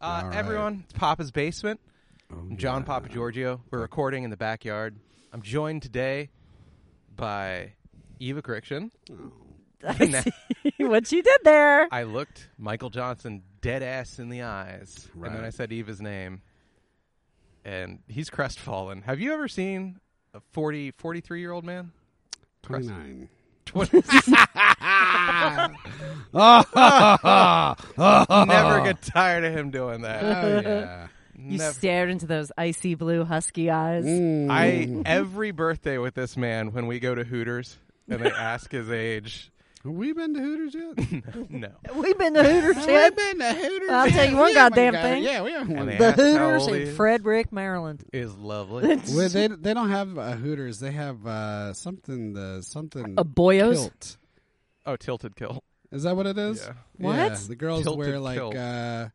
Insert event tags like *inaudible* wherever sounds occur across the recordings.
Uh, All right. Oh, Everyone, it's Papa's Basement. I'm John yeah. Papa Giorgio. We're recording in the backyard. I'm joined today by Eva Crichton. I see *laughs* what you did there. I looked Michael Johnson dead ass in the eyes, and then I Right. said Eva's name, and he's crestfallen. Have you ever seen a 40, 43 year old man? 29. *laughs* *laughs* Twenty- Never get tired of him doing that. Oh, yeah. you Never. stared into those icy blue husky eyes. Mm. I every birthday with this man when we go to Hooters and they ask his age. *laughs* *laughs* Have we been to *laughs* Hooters yet? No. We've been to Hooters yet. been to Hooters. I'll tell you one Yeah, we goddamn got- thing. Yeah, we have And they one. The ask how Hooters old he in is. Frederick, Maryland. is lovely. *laughs* Well, they they don't have uh, Hooters. They have uh, something the something A boyos? kilt. Oh, tilted kill. Is that what it is? Yeah. What? Yeah, the girls Tilted wear like kilt. uh,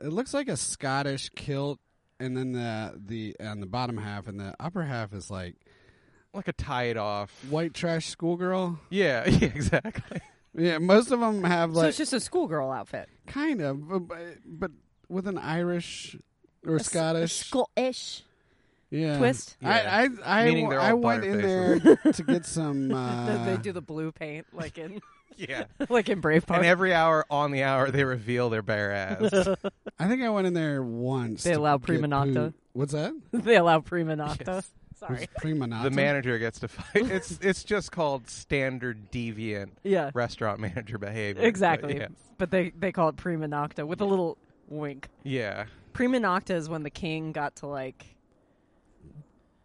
it looks like a Scottish kilt, and then the the on the bottom half and the upper half is like Like a tie it off. white trash schoolgirl. Yeah, *laughs* yeah, exactly. Yeah, most of them have so like it's just a schoolgirl outfit. kind of, but, but- but with an Irish or A s- a Scottish Scottish. Uh, yeah. twist? I I I, Meaning they're all I went in there butterfaces. *laughs* to get *laughs* some. Uh, they do the blue paint like in Yeah. like in Braveheart. And every hour on the hour, they reveal their bare ass. I think I went in there once. They to allow get prima nocta. poo. *laughs* What's that? they allow prima nocta. Yes. Sorry. Prima nocta. the manager gets to fight. It's it's just called standard deviant Yeah. restaurant manager behavior. but Exactly. yeah. But they they call it prima nocta with a little wink. yeah. Prima nocta is when the king got to like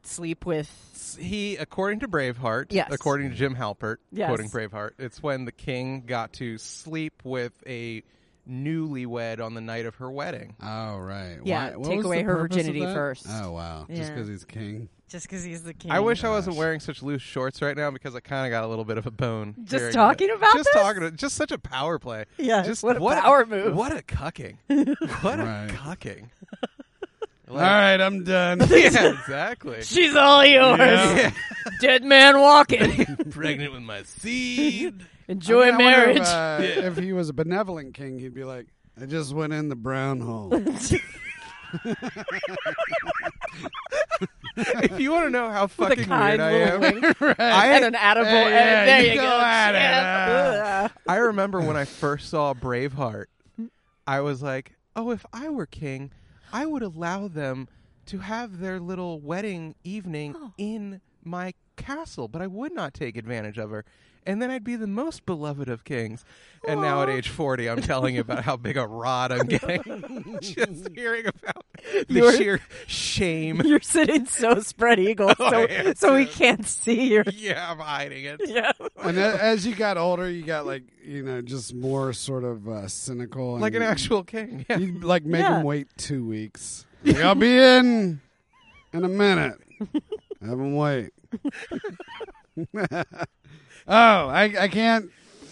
sleep with S- He, according to Braveheart, Yes. according to Jim Halpert, Yes. quoting Braveheart, it's when the king got to sleep with a newlywed on the night of her wedding. Oh right. Yeah, Why, what take was the away her purpose of virginity that? first. Oh wow. Just Yeah. because he's king. just because he's the king. I wish I wasn't gosh. wearing such loose shorts right now because I kind of got a little bit of a bone. Just hearing talking it. about just this? talking, just such a power play. Yeah, just what a power move. What a *laughs* cucking! What Right. a cucking! All right, *laughs* I'm done. yeah, exactly. She's all yours. Yeah. *laughs* Dead man walking. Pregnant with my seed. Enjoy I mean, I wonder marriage. If, uh, *laughs* if he was a benevolent king, he'd be like, "I just went in the *laughs* brown hole." if you want to know how *laughs* With a fucking weird kind I little am, wink I and an edible. Hey, yeah, there you you, go go. at it, Yeah. I remember when I first saw Braveheart, I was like, oh, if I were king, I would allow them to have their little wedding evening in my castle, but I would not take advantage of her. And then I'd be the most beloved of kings. And now at age 40, I'm telling you about how big a rod I'm getting. Just hearing about the You're- sheer shame. *laughs* You're sitting so spread eagle, I so am so we too. can't see your. *laughs* Yeah, I'm hiding it. Yeah. and a- as you got older, you got like you know just more sort of uh, cynical, and Like an actual king. Yeah. You like make Yeah. him wait two *laughs* weeks. Like, I'll be in in a minute. Have him wait. *laughs* oh, I I can't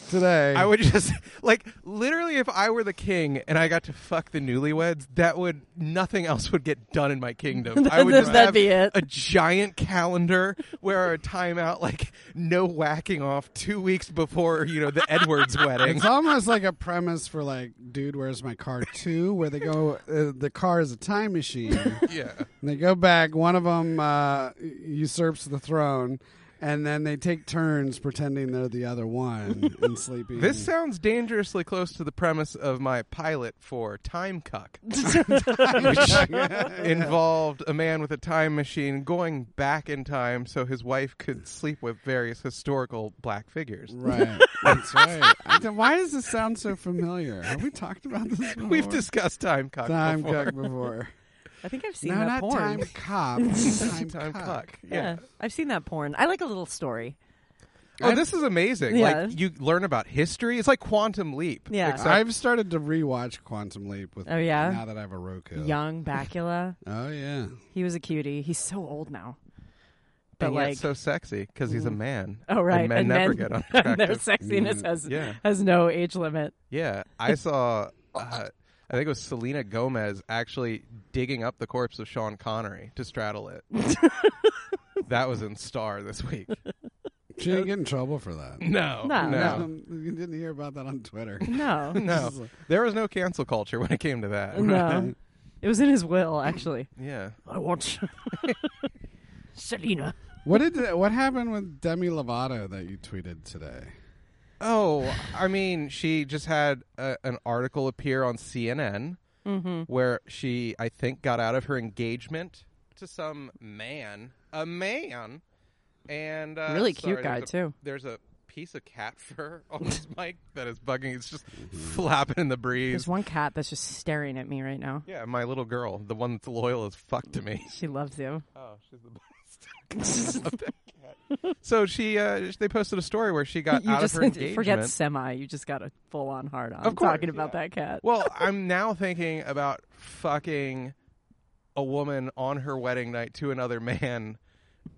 today. I would just *laughs* like literally if I were the king and I got to fuck the newlyweds, that would nothing else would get done in my *laughs* kingdom. I would just That'd have be it. a giant calendar where a timeout like no whacking off two weeks before you know *laughs* the Edwards wedding. It's almost like a premise for like, dude, where's my car two? Where they go, uh, the car is a *laughs* time machine. and Yeah, they go back. One of them uh, usurps the throne, and then they take turns pretending they're the other one *laughs* and sleeping. this sounds dangerously close to the premise of my pilot for Time *laughs* Cuck, which involved a man with a time machine going back in time so his wife could sleep with various historical black *laughs* figures. Right. That's right. I don't- Why does this sound so familiar? Have we talked about this *laughs* *laughs* before? We've discussed time cock time before. cuck before. I think I've *laughs* seen no, that not porn. *laughs* time cop. *laughs* Time, Time cock. yeah. Yeah. I've seen that porn. I like a little story. Oh, this is amazing. Yeah. Like you learn about history. It's like quantum leap. Yeah. Except I've started to rewatch Quantum Leap with Oh, yeah? now that I have a Roku. Young Bakula. *laughs* Oh yeah. He was a cutie. He's so old now. But and yet like so sexy because he's a man. Oh right, And men never *laughs* get and their unattractive. sexiness has Yeah. has no age limit. yeah, I saw. Uh, I think it was Selena Gomez actually digging up the corpse of Sean Connery to straddle it. that was in Star this week. She didn't get in trouble for that. No, *laughs* No. no, You didn't hear about that on Twitter. No. no. There was no cancel culture when it came to that. *laughs* No. It was in his will, *laughs* actually. Yeah. I want Selena. What did what happened with Demi Lovato that you *laughs* tweeted today? Oh, I mean, she just had a, an article appear on CNN Mm-hmm. where she, I think, got out of her engagement to some man, a man, and uh, Really cute sorry, guy, there's a- too. There's a piece of cat *laughs* fur on his mic that is bugging. It's just flapping in the breeze. There's one cat that's just staring at me right now. Yeah, my little girl, the one that's loyal as fuck to me. She loves you. *laughs* Oh, she's the *laughs* best. I love that cat. So she, uh, they posted a story where she got *laughs* you Uh, out just of her engagement. forget semi. You just got a full on hard on. Of course, talking about yeah. that cat. Well, I'm now thinking about fucking a woman on her wedding night to another man,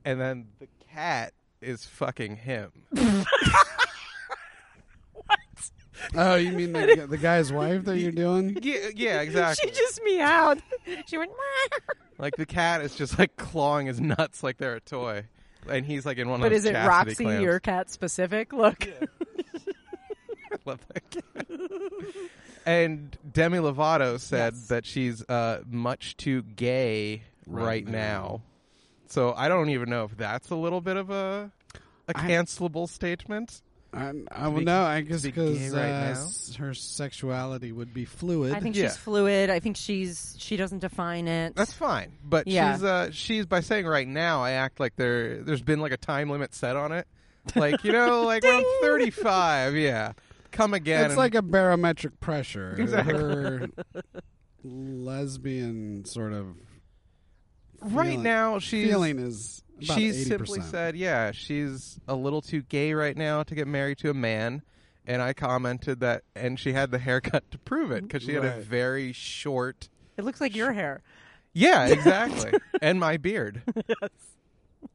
and then the cat is fucking him. Oh, you mean the, the guy's wife that you're doing? Yeah, yeah, exactly. *laughs* She just meowed. *laughs* She went. "Meow." like the cat is just like clawing his nuts like they're a toy, and he's like in one of But those is it chastity Roxy, clams. your cat specific? *laughs* Look, Love that cat. *laughs* and Demi Lovato said that she's uh, much too gay right, Right now. now. So I don't even know if that's a little bit of a a I- cancelable statement. I, I well, be- no, I guess to be gay because right now? her sexuality would be fluid. I think Yeah. she's fluid. I think she's she doesn't define it. That's fine, but Yeah. she's uh, she's by saying right now, I act like there there's been like a time limit set on it. Like you *laughs* know, like when I'm 35, yeah, come again. it's and- like a barometric pressure. *laughs* Exactly. Her lesbian sort of right feeling- now, she's feeling is about she's 80%. simply said, "Yeah, she's a little too gay right now to get married to a man." And I commented that, and she had the haircut to prove it because she had a Right. very short. it looks like your hair. Yeah, *laughs* exactly. and my beard. Yes.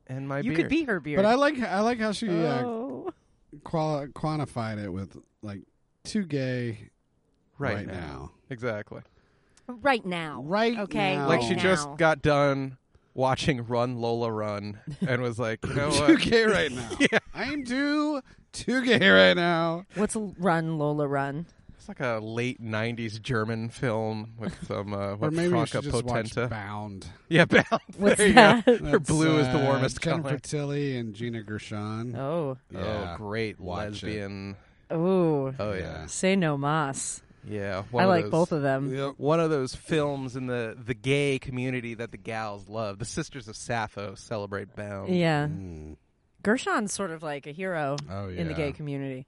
And my You beard. could be her beard. But I like I like how she uh, Oh. qual- quantified it with like too gay right, right, now. Exactly. right now. Right Okay. now. Like right she now. just got done watching Run Lola Run and was like, "You know *laughs* too what? gay *laughs* right now. I'm too too gay right now. What's l- run Lola run? It's like a late '90s German film with some uh, Or what maybe we should Franca just Potenta." watch Bound. yeah, Bound. What's *laughs* there you that? go. Her That's, blue is the uh, warmest Jennifer color. Tilly and Gina Gershon. Oh. Oh, Yeah. great Watch it. lesbian. Oh. Oh yeah, Yeah. Say no mas. yeah. one I of like those- both of them. Yep. One of those films in the the gay community that the gals love. The Sisters of Sappho celebrate Bound. Yeah. Mm. Gershon's sort of like a hero Oh yeah. in the gay community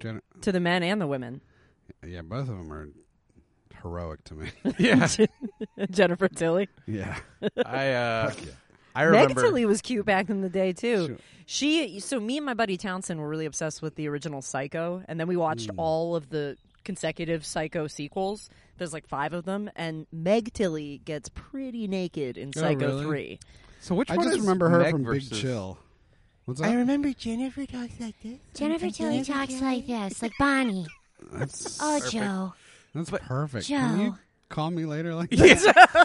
Gen- to the men and *laughs* the women. yeah, both of them are heroic to me. yeah. Jennifer Tilly. yeah. *laughs* I uh, Fuck yeah. I Meg remember. Tilly was cute back in the day too. Sure. She so me and my buddy Townsend were really obsessed with the original Psycho, and then we watched Mm. all of the consecutive Psycho sequels. There's like five of them, and Meg Tilly gets pretty naked in Oh, Psycho really? Three. So which I one just is remember her Meg from versus- Big Chill. What's I that? remember Jennifer talks like this. Jennifer Tilly talks like this, like Bonnie. That's, Oh, Joe. that's perfect. Can you Joe. call me later like that? Yes.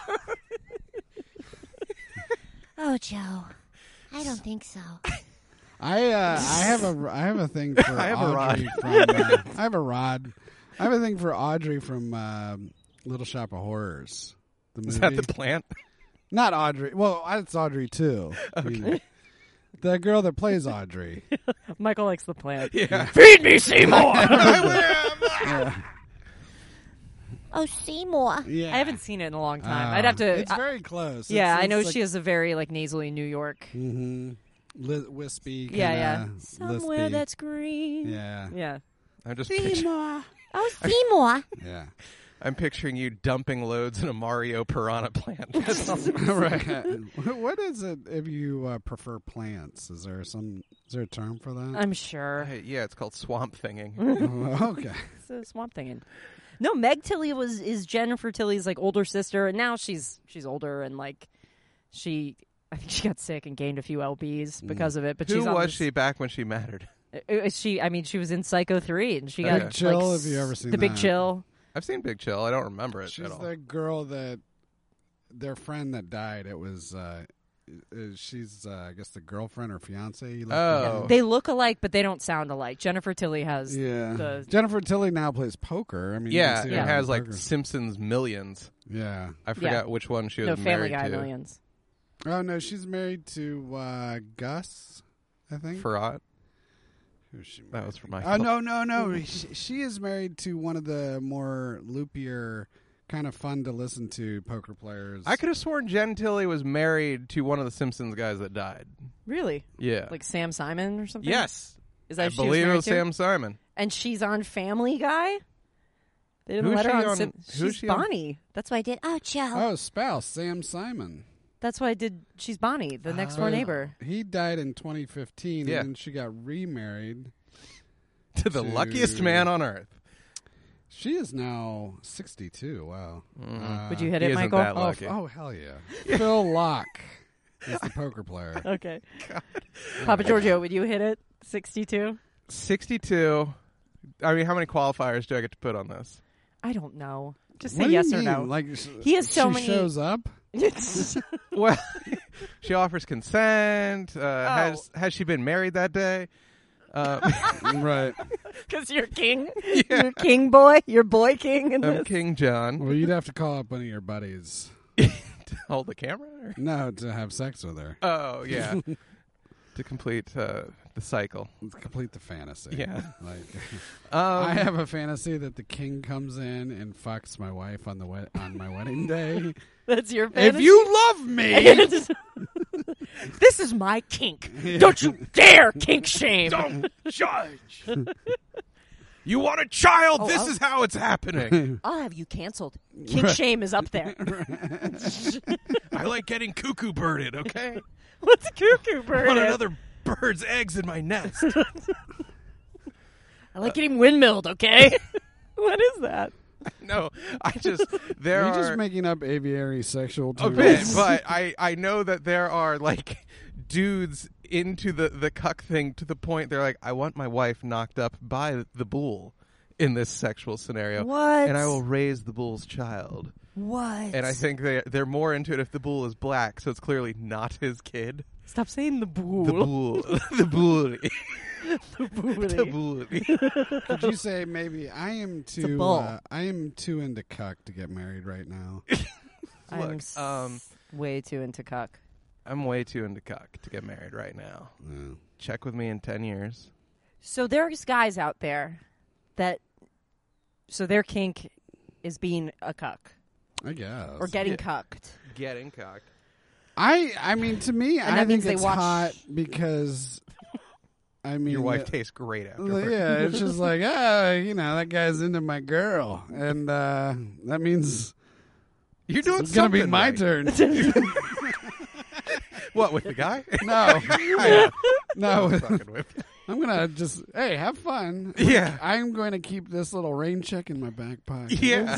Oh, Joe. I don't *laughs* think so. I uh, I have a I have a thing for I have a Audrey from uh, I have a rod. I have a thing for Audrey from um Little Shop of Horrors. The *laughs* movie. Is that the *laughs* plant? Not Audrey. Well, it's Audrey too. you know. The girl that plays Audrey. *laughs* Michael likes the plant. Yeah. Feed me, Seymour! Oh, Seymour. yeah. I haven't seen it in a long time. Uh, I'd have to. It's I- very close. yeah, I know she has a very like nasally New York. Mm-hmm. Li- wispy. Kinda Yeah, yeah. Somewhere lispy. that's green. Yeah. Yeah. *laughs* I'm just picturing, Oh, Seymour. *laughs* Yeah. I'm picturing you dumping loads in a Mario Piranha *laughs* plant. That's all. *laughs* right. What- *laughs* what is it if you uh, prefer plants? Is there some? Is there a term for *laughs* that? I'm sure. Hey, yeah, it's called swamp *laughs* thinging. *laughs* okay. It's a swamp thing. No, Meg Tilly was is Jennifer Tilly's like older sister, and now she's she's older and like she. I think she got sick and gained a few lbs because of it. But Mm. Who she's on was this- she back when she mattered? *laughs* Uh, uh, she i mean she was in psycho 3 and she The got Big like, Chill, s- have you ever seen the big that? chill I've seen Big Chill. I don't remember it She's at all. the girl that their friend that died. It was uh, uh, she's uh, I guess the girlfriend or fiance. He Oh. They look alike, but they don't sound alike. Jennifer Tilly has yeah. the- Jennifer Tilly now plays poker. I mean, you can Yeah, see it her on has like poker. Simpsons millions. yeah. I forgot which one she was no Family married Guy to. millions. Oh no, she's married to uh, Gus. I think. Farrat. Who's she married That was for my. Oh no, no, no! she, she is married to one of the more loopier, kind of fun to listen to poker players. I could have sworn Jen Tilly was married to one of the Simpsons guys that died. Really? Yeah. Like Sam Simon or something? yes, Is I that who she was believe it married was to? Sam Simon. *laughs* And she's on Family Guy? They didn't Who's let her she on, on- Sim- who's She's she on? Bonnie. That's what I did. Oh, Joe. Oh, spouse Sam Simon. That's why I did she's Bonnie, the next Oh. door neighbor. He died in 2015, Yeah. and then she got remarried. To the To- luckiest man on earth. She is now 62. Wow. Mm-hmm. Uh, Would you hit he it, isn't Michael? that Oh, lucky. oh hell yeah! Phil Locke is the poker player. *laughs* Okay. Papa Giorgio, would you hit it? Sixty two? 62. I mean, how many qualifiers do I get to put on this? *laughs* I don't know. Just What *laughs* say do you yes or mean? no. Like He has so she many- shows up. *laughs* Well, *laughs* she offers consent. Uh, Oh. Has has she been married that day? Uh, right. Because you're king. *laughs* Yeah. You're king boy. You're boy king in I'm this. Oh, King John. Well, you'd have to call up one of your buddies. Hold the camera. Or? No, to have sex with her. Oh *laughs* yeah, to complete uh, the cycle. Complete the fantasy. Yeah. *laughs* Like. I Um, have a fantasy that the king comes in and fucks my wife on the wed- on my *laughs* wedding day. That's your if fantasy. *laughs* you love me, this is my kink. Don't you dare kink shame. don't *laughs* judge. you want a Oh, child? this is how it's *laughs* happening. I'll have you canceled. Kink shame is *laughs* up there. *laughs* I like getting cuckoo birded. Okay, What's cuckoo bird? want another bird's eggs in my *laughs* nest. I like getting windmilled, okay? *laughs* *laughs* what is that? no, I just there you're are just making up aviary sexual a terms. bit, *laughs* but I I know that there are like *laughs* dudes into the the cuck thing to the point they're like, I want my wife knocked up by the bull in this sexual scenario, What? and I will raise the bull's child. What? And I think they they're more into it if the bull is black, so it's clearly not his kid. Stop saying the bull. The *laughs* bull, *laughs* the bull, the bull. Could you say maybe I am too bull. uh, I am too into cuck to get married *laughs* right now? I'm Look, s- um, way too into cuck. I'm way too into cuck to get married right now. Yeah. Check with me in ten years. So there's guys out there that, so their kink is being a cuck I guess. or getting Yeah. cucked. Getting cocked. I I mean to me, I that think means they it's watch- hot because I mean Your wife the- tastes great after. yeah, it's just *laughs* like ah, you know, that guy's into my girl, and uh, that means You're doing it's gonna be something my right. turn. *laughs* What with the guy? No, *laughs* I- no. Fucking with. I'm gonna just hey, have fun. *laughs* Yeah. I'm going to keep this little rain check in my back pocket. Yeah.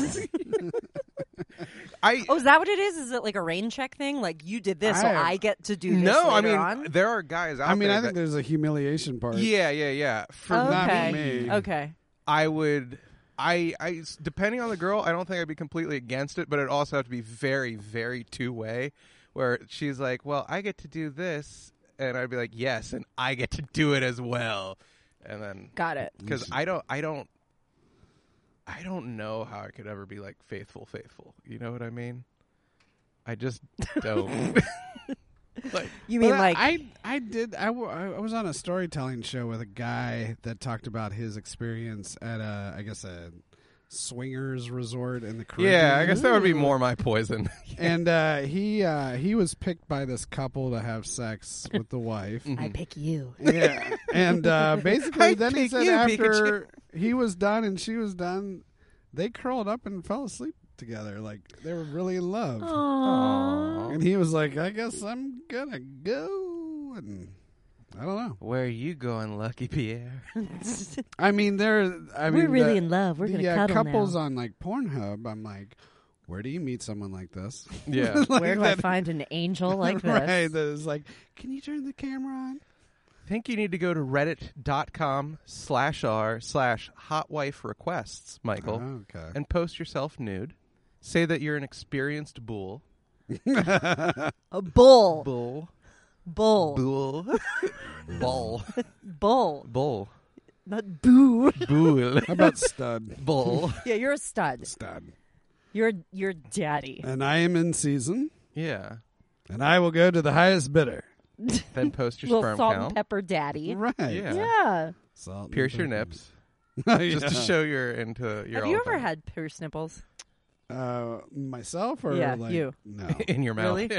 I Oh, is that what it is? Is it like a rain check thing? Like you did this, so I- I get to do this no, I later mean on? there are guys out I mean, there I think that, there's a humiliation part. Yeah, yeah, yeah. For Oh, okay. me, not me. Okay. I would I I depending on the girl, I don't think I'd be completely against it, but it'd also have to be very very two-way where she's like, "Well, I get to do this." And I'd be like, "Yes, and I get to do it as well." And then Got it. cuz I don't I don't I don't know how I could ever be like faithful faithful. You know what I mean? I just don't. *laughs* like You But mean I- like I, I did. I, w- I was on a storytelling show with a guy that talked about his experience at a, I guess a swingers resort in the Caribbean. Yeah, I guess that would be more my poison. *laughs* And uh, he uh, he was picked by this couple to have sex with the wife. I pick you. *laughs* Yeah. And uh, basically, I then he pick said you, after he was done and she was done, they curled up and fell asleep together. Like they were really in love. *laughs* Aw. And he was like, I guess I'm gonna go. And I don't know. Where are you going, Lucky Pierre? *laughs* I mean, there. I We're mean, really the, in love. We're gonna the, uh, cuddle couples now. on like Pornhub. I'm like, where do you meet someone like *laughs* this? Yeah. Like where do I find an *laughs* angel like this? Right, that is like, can you turn the camera on? think you need to go to reddit.com slash r slash hot wife requests, Michael, okay. and post yourself nude. Say that you're an experienced bull. A bull. Bull. Bull. *laughs* Bull. Ball. Bull. Bull. Not boo. Bull. How about stud? Bull. yeah, you're a stud. Stud. You're you're daddy. And I am in season, *laughs* Yeah. and I will go to the highest bidder. Then post your Little sperm salt count. and pepper daddy. Right. Yeah. Yeah. Salt and Pierce your pepper. nips. Oh, Just to *laughs* yeah. show you're into your Have you ever had pierced nipples? Uh, myself or Yeah, like you. *laughs* No, in your mouth. Really?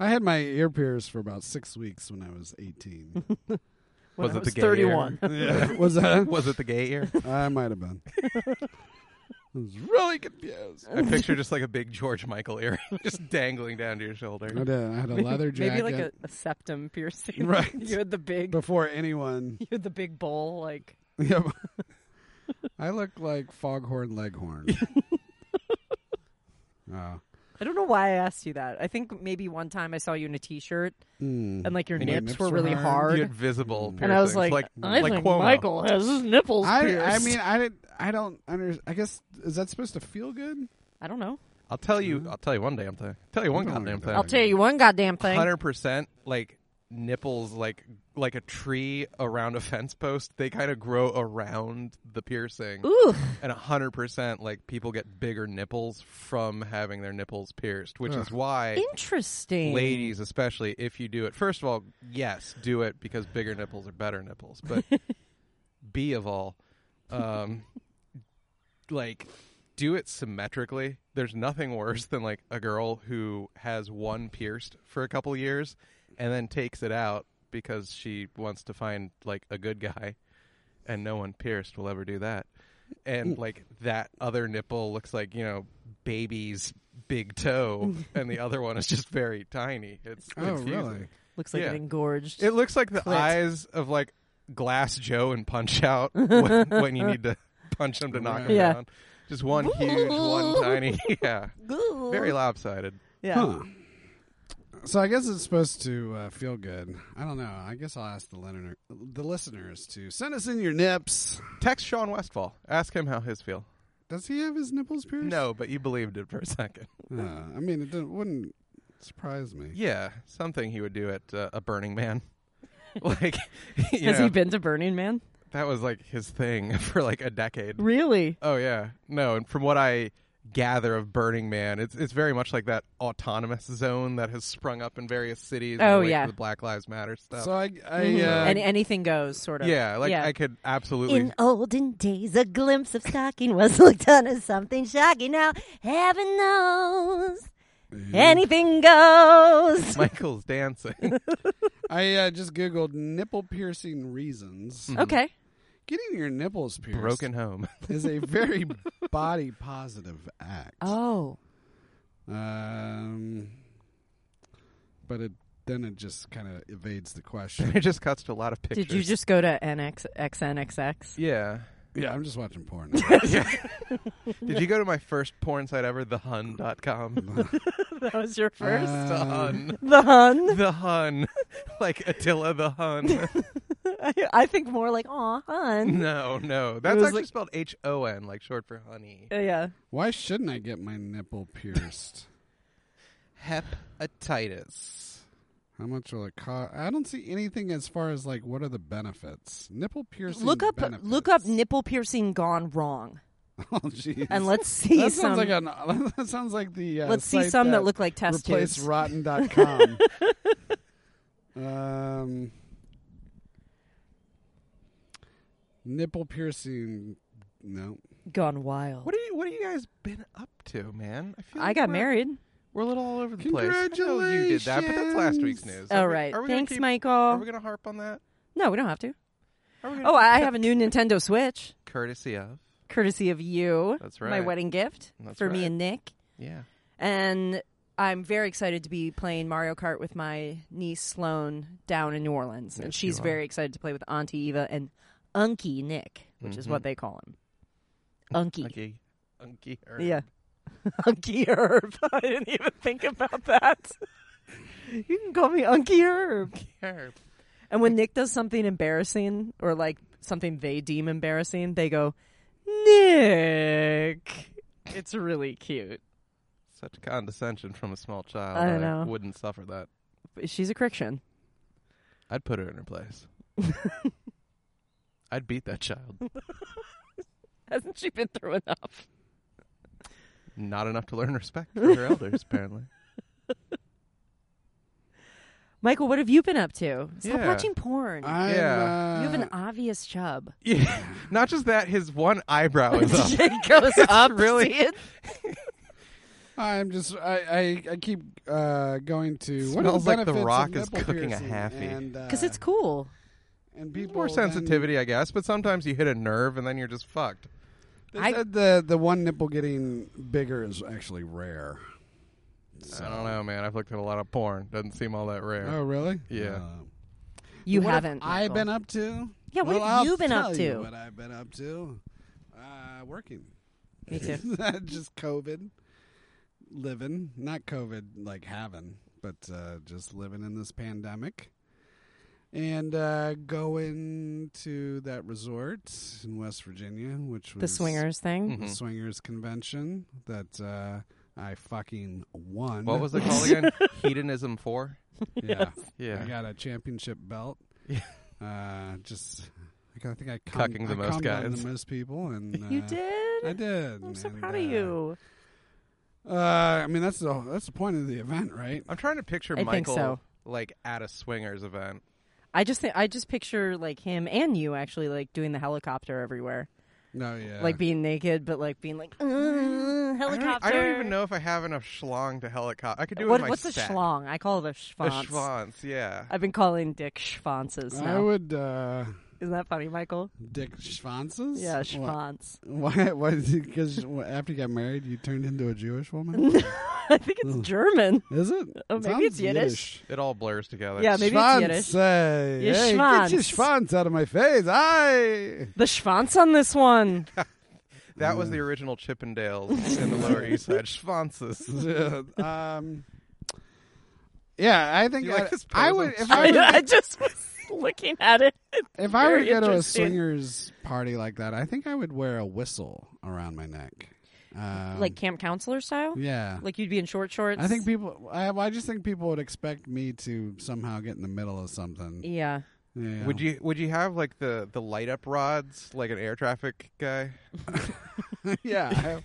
I had my ear pierced for about six weeks when I was *laughs* eighteen. When Was it I the was gay *laughs* 31. *laughs* yeah, was that? was it the gay ear? I might have been. I was really confused. I picture just like a big George Michael earring *laughs* just dangling down to your shoulder. I did. I had a leather jacket *laughs* Maybe like a, a septum *laughs* piercing. *laughs* Right. you had the big before anyone. you had the big bowl like Yep. *laughs* I look like Foghorn Leghorn. oh. I don't know why I asked you that. I think maybe one time I saw you in a t-shirt Mm. and like your And your nips, were really hard. You had visible piercings, And I was like, like, I like think Cuomo. Michael has his nipples I, pierced. I mean, I didn't. I don't under. I guess is that supposed to feel good? I don't know. I'll tell you. I'll tell you one damn thing. Tell you one don't goddamn know. thing. I'll tell you one goddamn thing. Hundred percent. Like nipples, like like a tree around a fence post. They kind of grow around the piercing. Ooh, And hundred percent, like people get bigger nipples from having their nipples pierced, which is Ugh. why. interesting. Ladies, especially if you do it, first of all, yes, do it because bigger nipples are better nipples. But B of all, um, like do it symmetrically. There's nothing worse than like a girl who has one pierced for a couple years and then takes it out because she wants to find like a good guy and no one pierced will ever do that. And Mm. like that other nipple looks like, you know, baby's big *laughs* toe and the other one is just very tiny. It's Oh, confusing. really? Looks like Yeah. it engorged. It looks like the Clit. eyes of like Glass Joe and Punch Out *laughs* when, when you need to punch him to knock him Yeah. down. Just one huge, one tiny. *laughs* Yeah, Oh, very lopsided. yeah. Huh. So I guess it's supposed to uh, feel good. I don't know. I guess I'll ask the listener, the listeners to send us in your nips. Text Sean Westfall. Ask him how his feel. Does he have his nipples pierced? No, but you believed it for a second. Uh, I mean, it didn't, wouldn't surprise me. Yeah, something he would do at uh, a Burning Man. *laughs* Like, you *laughs* Has know, he been to Burning Man? that was like his thing *laughs* for like a decade. Really? Oh yeah, no. And from what I gather of Burning Man, it's it's very much like that autonomous zone that has sprung up in various cities. in Oh, the wake yeah. of the Black Lives Matter stuff. So I, I uh, Mm-hmm. and anything goes, sort of. yeah, like yeah. I could absolutely. In olden days, a glimpse of stocking was *laughs* looked on as something shocking. Now, heaven knows, anything Mm-hmm. *laughs* goes. Michael's *laughs* dancing. I uh, just googled nipple piercing reasons. okay. Getting your nipples pierced Broken home. *laughs* *laughs* is a very body positive act. Oh. Um, but it then it just kind of evades the question. *laughs* it just cuts to a lot of pictures. Did you just go to NXXNXX? *laughs* Yeah. yeah, I'm just watching porn. Did you go to my first porn site ever, *laughs* thehun.com? that was your first. *laughs* the Uh, Hun. Uh, the Hun. *laughs* The Hun. *laughs* Like Attila the Hun. *laughs* I, I think more like, aw, Hun. No, no. That's was actually like- spelled H O N, like short for honey. Uh, yeah. Why shouldn't I get my nipple pierced? Hepatitis. How much will it cost? I don't see anything as far as like what are the benefits. Nipple piercing. Look up, benefits. look up nipple piercing gone wrong, *laughs* oh, jeez. and let's see that some. sounds like an, *laughs* that sounds like the uh, let's see site some that, that look like test replace tubes. *laughs* rotten.com. um, nipple piercing. No. gone wild. What are you? What have you guys been up to, man? I feel I like got we're- married. We're a little all over the place. I know you did that, but that's last week's news. All Are we- right. are we gonna Thanks, keep- Are Michael. we gonna harp on that? No, we don't have to. Are we gonna Oh, I have a new Nintendo Switch, courtesy of. courtesy of you. That's My right. wedding gift That's for me right. and Nick. Yeah. And I'm very excited to be playing Mario Kart with my niece Sloan down in New Orleans. and Yes, she's you are. very excited to play with Auntie Eva and Unky Nick, which is what they call him. Unky. Mm-hmm. Unky. Unky. Herb. *laughs* Yeah. Unky Herb. *laughs* I didn't even think about that. *laughs* you can call me Unky Herb. Herb. And when Nick does something embarrassing or like something they deem embarrassing, they go, Nick. It's really cute. Such condescension from a small child. I know. wouldn't suffer that. She's a Crichton. I'd put her in her place. I'd beat that *laughs* child. *laughs* Hasn't she been through enough? Not enough to learn respect for her elders, *laughs* apparently. *laughs* Michael, what have you been up to? Stop Yeah. watching porn. I'm, Yeah. uh, you have an obvious *laughs* chub. Yeah. Not just that, his one eyebrow is *laughs* up. it goes up. really- see it? I'm just I I, I keep uh, going to what are Smells like The benefits of Rock is nipple cooking a piercing? halfie. and, uh, Because it's cool. and people More then- sensitivity, I guess, but sometimes you hit a nerve and then you're just fucked. They I- said the the one nipple getting bigger is actually rare. So- I don't know, man. I've looked at a lot of porn. Doesn't seem all that rare. Oh really? Yeah. Uh, You what have haven't. I Michael. been up to? Yeah, what Well, have you I'll been up tell to? you what I've been up to? Uh, working. Me *laughs* too. just COVID, living. Not COVID like having, but uh, just living in this pandemic. And uh, going to that resort in West Virginia, which was The swingers thing. Mm-hmm. the swingers convention that uh, I fucking won. What was it called *laughs* again? Hedonism 4? *laughs* Yeah, Yeah. I got a championship belt. *laughs* Yeah. Uh, just like, I think I cum- Cucking I the most cummed on guys. the most *laughs* people, and uh, You did? I did. I'm so and, proud of uh, you. Uh, I mean that's the that's the point of the event, right? I'm trying to picture I think Michael so. like at a swingers event. I just think I just picture like him and you actually like doing the helicopter everywhere, No, yeah. like being naked, but like being like "Uh, Mm-hmm. I don't- helicopter. I don't, even know if I have enough schlong to helicopter. I could do it What- with my what's a stack. schlong? I call it a A schwanz. schwanz, yeah. I've been calling Dick schwanzes I now. would uh, Isn't that funny, Michael? Dick Schwanzes. Yeah, Why? schwanz. *laughs* Why? Why? Because after you got married, you turned into a *laughs* Jewish woman. I think it's German. Is it? Oh, It maybe it's sounds Yiddish. It all blurs together. Yeah, maybe it's Schwanz, Yiddish. Hey, Your hey, get your schwanz. schwanz out of my face! I. The schwanz on this *laughs* one. That was the original Chippendales *laughs* in the Lower East Side. Schwanzes. Yeah, um, yeah, I think You like I, this I pose? would I'm if *laughs* I I, were, I just was looking at it. if I were to very go to a interesting. swingers party like that, I think I would wear a whistle around my neck. Um, Like camp counselor style? yeah, Like you'd be in short shorts? I think people. I, I just think people would expect me to somehow get in the middle of something. Yeah. Yeah. Would you would you have like the the light up rods like an air traffic guy? *laughs* yeah. I-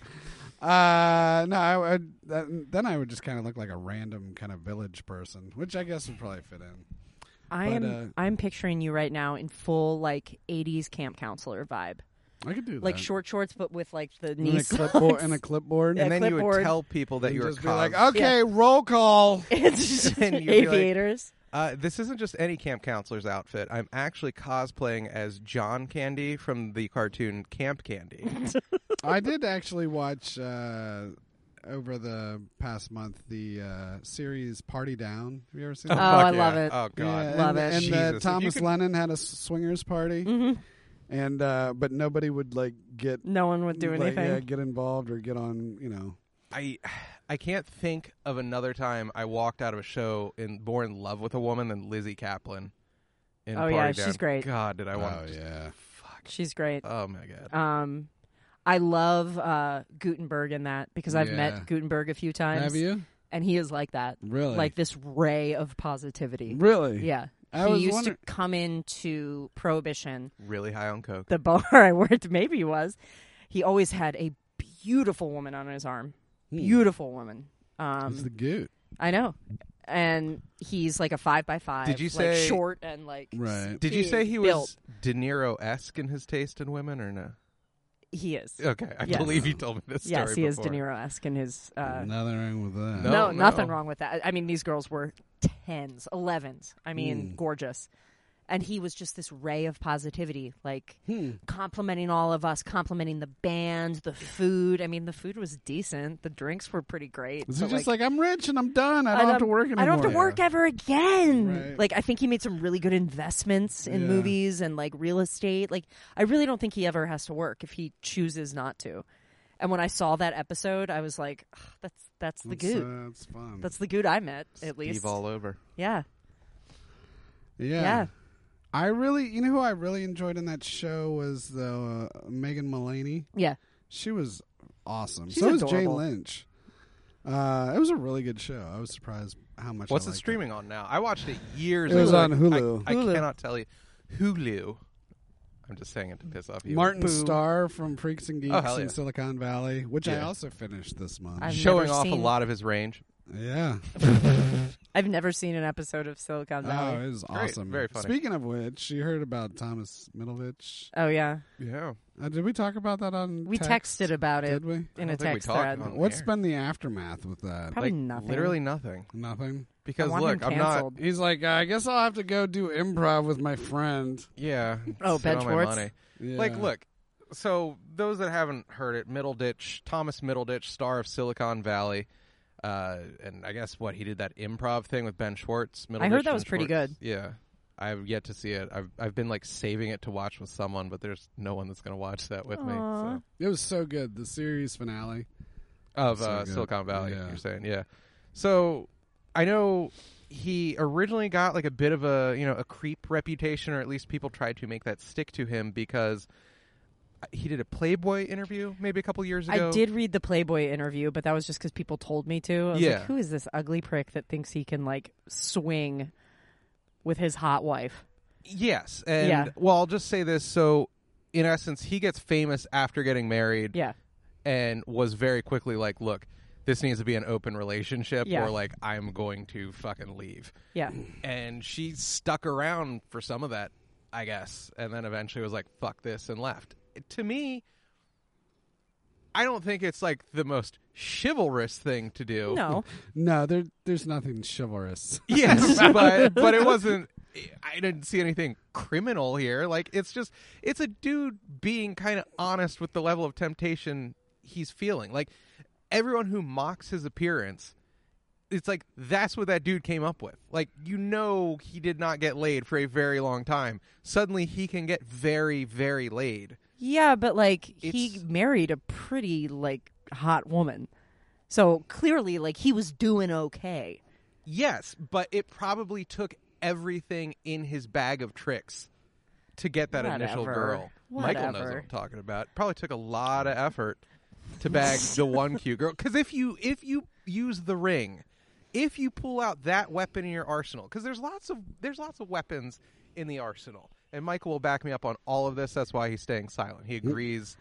uh, no, I would. That, then I would just kind of look like a random kind of village person, which I guess would probably fit in. I But, am uh, I'm picturing you right now in full like 80s camp counselor vibe. I could do Like that. short shorts but with like the and a knees. *laughs* clipboard *laughs* and a clipboard. Yeah, and then you would clipboard. tell people that And you were just be like, cons. okay, roll call. it's *laughs* just And you'd be like- aviators. Uh, this isn't just any camp counselor's outfit. I'm actually cosplaying as John Candy from the cartoon Camp *laughs* Candy. I did actually watch uh, over the past month the uh, series Party Down. Have you ever seen Oh, fuck Oh, I that? yeah. love it. Oh god. Yeah, Love and, it. And Jesus, if uh, you Thomas could- Lennon had a s- swingers party, Mm-hmm. and uh, but nobody would like get No one would do like, anything. yeah, get involved or get on. You know, I I can't think of another time I walked out of a show and more in love with a woman than Lizzie Kaplan. In Oh, Party yeah, Down. she's great. God, did I want to just- Oh, yeah, fuck. She's great. Uh, Oh my god. Um I love uh, Gutenberg in that because I've Yeah. met Gutenberg a few times. have you And he is like that. really Like this ray of positivity. really? Yeah. I he was used wonder- to come into Prohibition Really high on coke. the bar *laughs* I worked maybe was, he always had a beautiful woman on his arm. Hmm. Beautiful woman. Um, It's Hmm. the goot, I know. And he's like a five by five. Did you like say- short and like right? Did you say he Big was De Niro esque in his taste in women or no? he is? Okay, I Yes. believe you told me this story. yes, he is De before. Niro esque in his. Uh, Nothing wrong with that. No, no. nothing wrong with that. I mean, these girls were tens, elevens. I Hmm. mean, gorgeous. And he was just this ray of positivity, like Hmm. complimenting all of us, complimenting the band, the food. I mean, the food was decent. The drinks were pretty great. Is but, Um, he just like, I'm rich and I'm done. I don't, have to work anymore. I don't have to work ever again. Right. Like I think he made some really good investments in Yeah. movies and like real estate. Like I really don't think he ever has to work if he chooses not to. And when I saw that episode, I was like, "Ugh, that's that's the That's, good. uh, that's fun. that's the good I met at least. Steve all over. Yeah. yeah. yeah. I really, you know, who I really enjoyed in that show was the uh, Megan Mulaney. Yeah. She was awesome. She's so was Jay adorable. Lynch. Uh, it was a really good show. I was surprised how much. What's I it liked streaming on now? I watched it years It ago. was on I- Hulu. I, I Hulu. cannot tell you. Hulu. I'm just saying it to piss off you. Martin Boo. Starr from Freaks and Geeks Oh, hell in yeah. Silicon Valley, which I Yeah. also finished this month. I've showing never off a seen- lot of his range. yeah, I've never seen an episode of Silicon oh, Valley. it was Great. awesome. Very funny. Speaking of which, you heard about Thomas Middlevich. Oh, yeah. Yeah. Uh, did we talk about that on? We text? texted about it Did we? I in don't a think we text talked thread. on the What's air. been the aftermath with that? Probably Like, nothing. Literally nothing. Nothing. Because want look, him I'm not. canceled. He's like, I guess I'll have to go do improv with my friend. Yeah. Oh, sit Ben on my Schwartz? money. Yeah. Like, look. So those that haven't heard it, Middleditch, Thomas Middleditch, star of Silicon Valley, uh, and I guess what he did that improv thing with Ben Schwartz. I heard Middleditch, that was Ben pretty Schwartz. good. Yeah, I've yet to see it. I've I've been like saving it to watch with someone, but there's no one that's gonna watch that with me. Aw. So. It was so good. The series finale. Of So uh, good. Silicon Valley, Yeah. you're saying, yeah. So I know he originally got like a bit of a you know a creep reputation, or at least people tried to make that stick to him because uh, he did a Playboy interview maybe a couple years ago. I did read the Playboy interview, but that was just because people told me to. I was Yeah. like, who is this ugly prick that thinks he can, like, swing with his hot wife? Yes, and Yeah. well, I'll just say this. So, in essence, he gets famous after getting married, Yeah. and was very quickly like, "Look, this needs to be an open relationship, Yeah. or like I'm going to fucking leave." Yeah. And she stuck around for some of that, I guess, and then eventually was like, "Fuck this," and left. To me, I don't think it's like the most chivalrous thing to do. No. No, there, there's nothing chivalrous. Yes, *laughs* but but it wasn't. I didn't see anything criminal here. Like it's just it's a dude being kind of honest with the level of temptation he's feeling. Like everyone who mocks his appearance, it's like that's what that dude came up with. Like you know he did not get laid for a very long time. Suddenly he can get very very laid. Yeah, but like he It's- married a pretty like hot woman. So clearly like he was *laughs* doing okay. Yes, but it probably took everything in his bag of tricks to get that initial Whatever. girl. Michael knows what Whatever. I'm talking about. Probably took a lot of effort to bag *laughs* the one cute girl. Because if you if you use the ring, if you pull out that weapon in your arsenal, because there's lots of there's lots of weapons in the arsenal. And Michael will back me up on all of this. That's why he's staying silent. He agrees.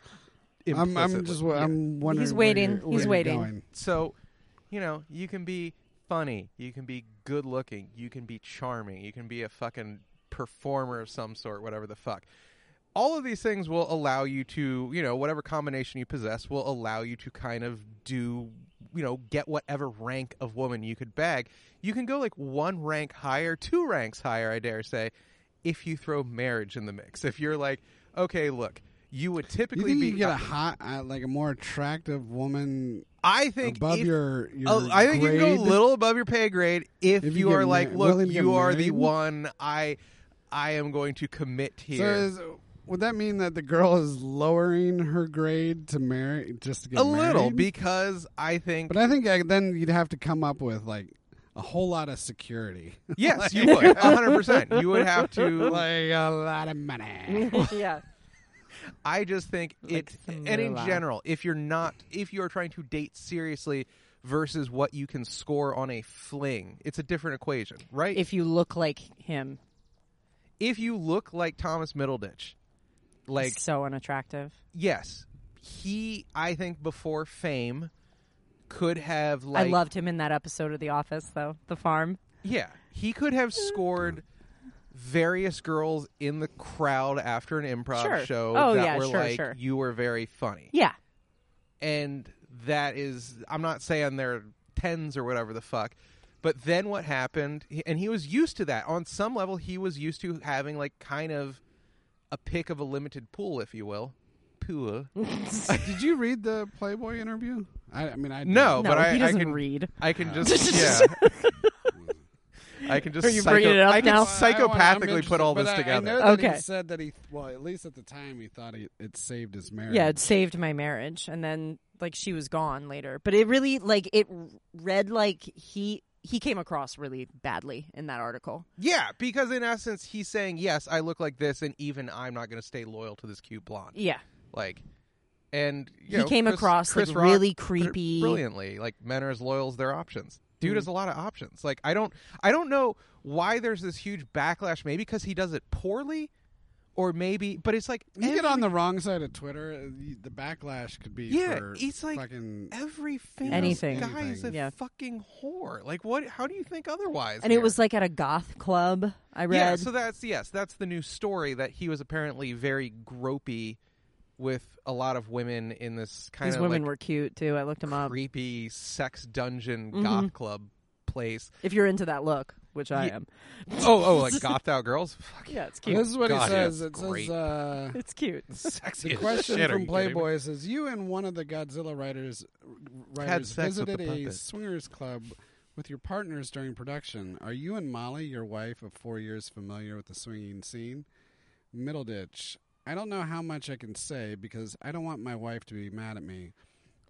I'm, I'm implicitly. just, Yeah. I'm wondering. He's waiting. where you're- He's where waiting. you're going. So, you know, you can be funny, you can be good looking, you can be charming, you can be a fucking performer of some sort, whatever the fuck. All of these things will allow you to, you know, whatever combination you possess will allow you to kind of do, you know, get whatever rank of woman you could bag. You can go like one rank higher, two ranks higher, I dare say, if you throw marriage in the mix. If you're like, okay, look, you would You typically think be you get a hot, uh, like a more attractive woman I think above if- your, your Oh, I think you can grade? go a little above your pay grade if, If you you, get are like, ma- look, willing to get you are the married? one I I am going to commit So here. is, would that mean that the girl is lowering her grade to marry just to get a little married? because I think But I think uh, then you'd have to come up with like a whole lot of security, yes, you would 100%. You would have to like *laughs* like a lot *laughs* of money. yeah. I just think it and in Cinderella. general, if you're not if you are trying to date seriously versus what you can score on a fling, it's a different equation, right? If you look like him, if you look like Thomas Middleditch, like so unattractive. yes, he I think before fame could have like I loved him in that episode of The Office though, The Farm. yeah he could have scored various girls in the crowd after an improv Sure. show Oh, that yeah, were sure, like sure. you were very funny Yeah. and that is I'm not saying they're tens or whatever the fuck but then what happened and he was used to that on some level he was used to having like kind of a pick of a limited pool if you will pool Did you read the Playboy interview? I, I mean, I no, no, but I, he I doesn't can read. I can *laughs* just yeah. I can just Are you psycho- bringing it up I can now? I wanna- I'm psychopathically put all this interested, but I- I together. know that he Okay. said that he, well, at least at the time, he thought he, it saved his marriage. Yeah, it saved my marriage and then like she was gone later. But it really like it read like he he came across really badly in that article. yeah, because in essence he's saying, "Yes, I look like this and even I'm not going to stay loyal to this cute blonde." Yeah. Like And you He know, came Chris- across, Chris like, Rock really put it creepy- brilliantly. Like men are as loyal as their options. Dude has a lot of options. Like I don't, I don't know why there's this huge backlash. Maybe because he does it poorly, or maybe, but it's like You get every- on the wrong side of Twitter, uh, you- the backlash could be Yeah, for it's like fucking every famous Anything. guy is a Anything. Yeah. fucking whore. Like what? How do you think otherwise? And it here? was like at a goth club. I read. Yeah, so that's yes, that's the new story that he was apparently very gropey with a lot of women in this kind These of women like were cute too. I looked them up. creepy sex dungeon Mm-hmm. goth club place. If you're into that look, which I Yeah. am. Oh, oh, *laughs* like gothed out girls. Fuck Yeah, *laughs* it's cute. This is what God, he says. yeah. It says Great. uh, It's cute. sexy. the as question shit, are from you kidding me? Playboy says you and one of the Godzilla writers writers sex with visited the a puppet." swingers club with your partners during production. Are you and Molly, your wife of four years, familiar with the swinging scene? Middleditch. I don't know how much I can say because I don't want my wife to be mad at me.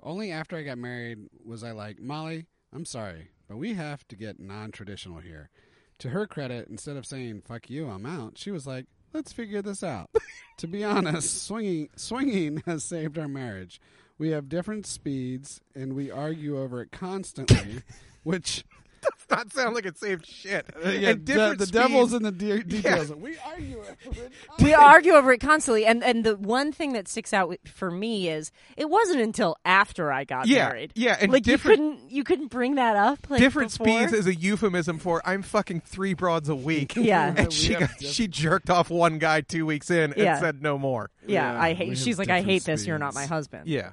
Only after I got married was I like, Molly, I'm sorry, but we have to get non traditional here. To her credit, instead of saying, fuck you, I'm out, she was like, let's figure this out. *laughs* to be honest, swinging, swinging *laughs* has saved our marriage. We have different speeds and we argue over it constantly, which. *laughs* Does not sound like it saved shit. Uh, *laughs* Yeah, and different the, the devil's speeds- in the de- details. We argue over it. we argue over it constantly and and the one thing that sticks out wi- for me is it wasn't until after i got Yeah, married yeah, and like different- you couldn't you couldn't bring that up like different before. speeds is a euphemism for I'm fucking three broads a *laughs* week. *laughs* Yeah. *laughs* and she We have got, diff- she jerked off one guy two weeks in and Yeah. said no more. yeah, Yeah, i we hate have she's like i different hate this you're not my speeds. husband Yeah,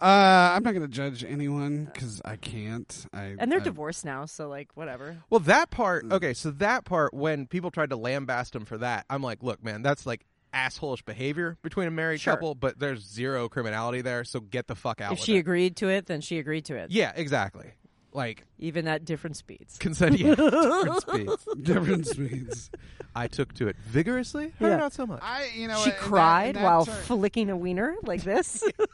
Uh, I'm not going to judge anyone because I can't. I and they're I- divorced now so like whatever Well, that part, okay, so that part, when people tried to lambaste him for that, I'm like, look, man, that's like assholeish behavior between a married Sure. couple, but there's zero criminality there, so get the fuck out. if with she it. agreed to it then she agreed to it yeah, exactly. Like even at different speeds consent, *laughs* yeah, different speeds. Different speeds. I took to it vigorously. Her Yeah. not so much. I, you know, she in that- in cried that while tur- flicking a wiener like this Uh,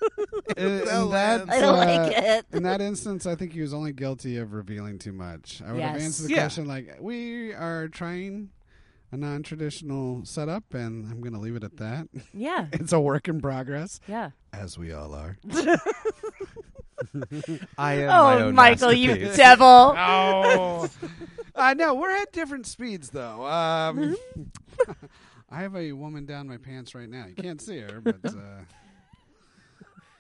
in- in that, I don't uh, like it. In that instance, I think he was only guilty of revealing too much. I would have Yes. answered the Yeah. question like, "We are trying a non-traditional setup, and I'm going to leave it at that. *laughs* *laughs* yeah it's a work in progress, yeah as we all are." I am my oh own michael you masterpiece. devil Oh, *laughs* I know we're at different speeds though. Um, *laughs* I have a woman down my pants right now. You can't see her, but *laughs* uh,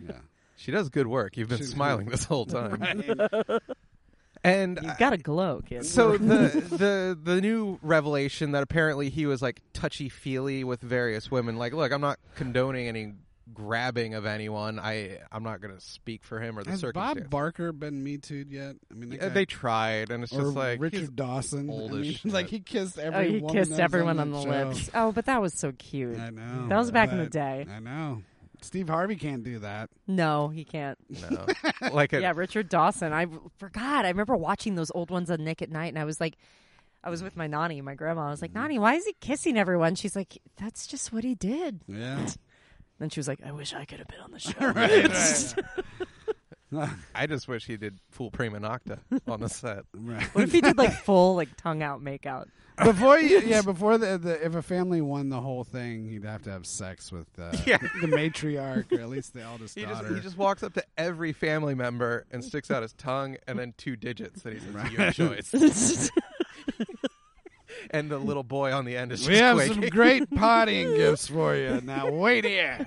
yeah. She does good work. You've been She's- smiling this *laughs* whole time, *laughs* and you've got a glow kid *laughs* So the the the new revelation that apparently he was like touchy feely with various women. Like, look, I'm not condoning any grabbing of anyone. I I'm not going to speak for him or the Has circumstance. Bob Barker been Me Too'd yet? I mean, that Uh, guy- they tried, and it's or just like he's- Richard Dawson. I old mean, *laughs* as shit. like he kissed oh every. you woman kissed that was everyone on on, the that show. lips oh but that was so cute I know That was back in the but- day. I know. Steve Harvey can't do that. no he can't no. like a, *laughs* Yeah, Richard Dawson. I forgot. I remember watching those old ones on Nick at Night, and I was like, I was with my nanny, my grandma. I was like, nanny, why is he kissing everyone? She's like, that's just what he did. *laughs* *laughs* Yeah. Then she was like, I wish I could have been on the show. right. right. I just wish he did full prima nocta on the set. right. What if he did like full like tongue out make out? *laughs* before you, yeah, before the, the if a family won the whole thing, you'd have to have sex with uh, *laughs* Yeah. the matriarch or at least *laughs* the eldest He just daughter. *laughs* he just walks up to every family member and sticks out his tongue and then two digits that he says your *laughs* choice. and the little boy on the end is we just have quaking. some great *laughs* partying gifts for you. Now wait here.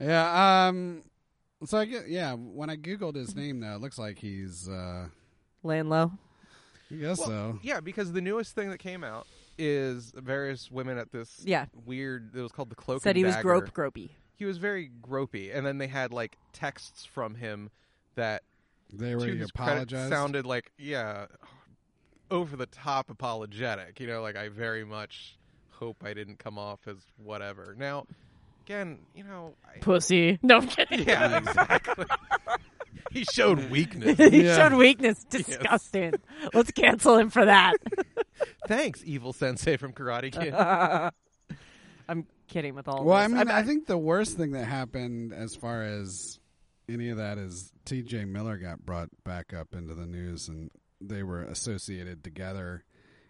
Yeah. Um. So I get, yeah. When I googled his name, though, it looks like he's. uh Laying low. I guess so. Yeah, because the newest thing that came out is various women at this Yeah. weird. It was called the cloak. Said and he was Dagger. grope gropey. He was very gropey, and then they had like texts from him that They were to he his credit, apologized. sounded like yeah, over the top apologetic. You know, like I very much hope I didn't come off as whatever. Now, again, you know, I, Pussy. No, I'm *laughs* kidding. yeah, *laughs* exactly. he showed weakness. *laughs* he Yeah. showed weakness. Disgusting. Let's cancel him for that. Thanks, evil sensei from Karate Kid. *laughs* I'm kidding with all Well, I of this. mean, I think the worst thing that happened as far as any of that is T.J. Miller got brought back up into the news, and they were associated together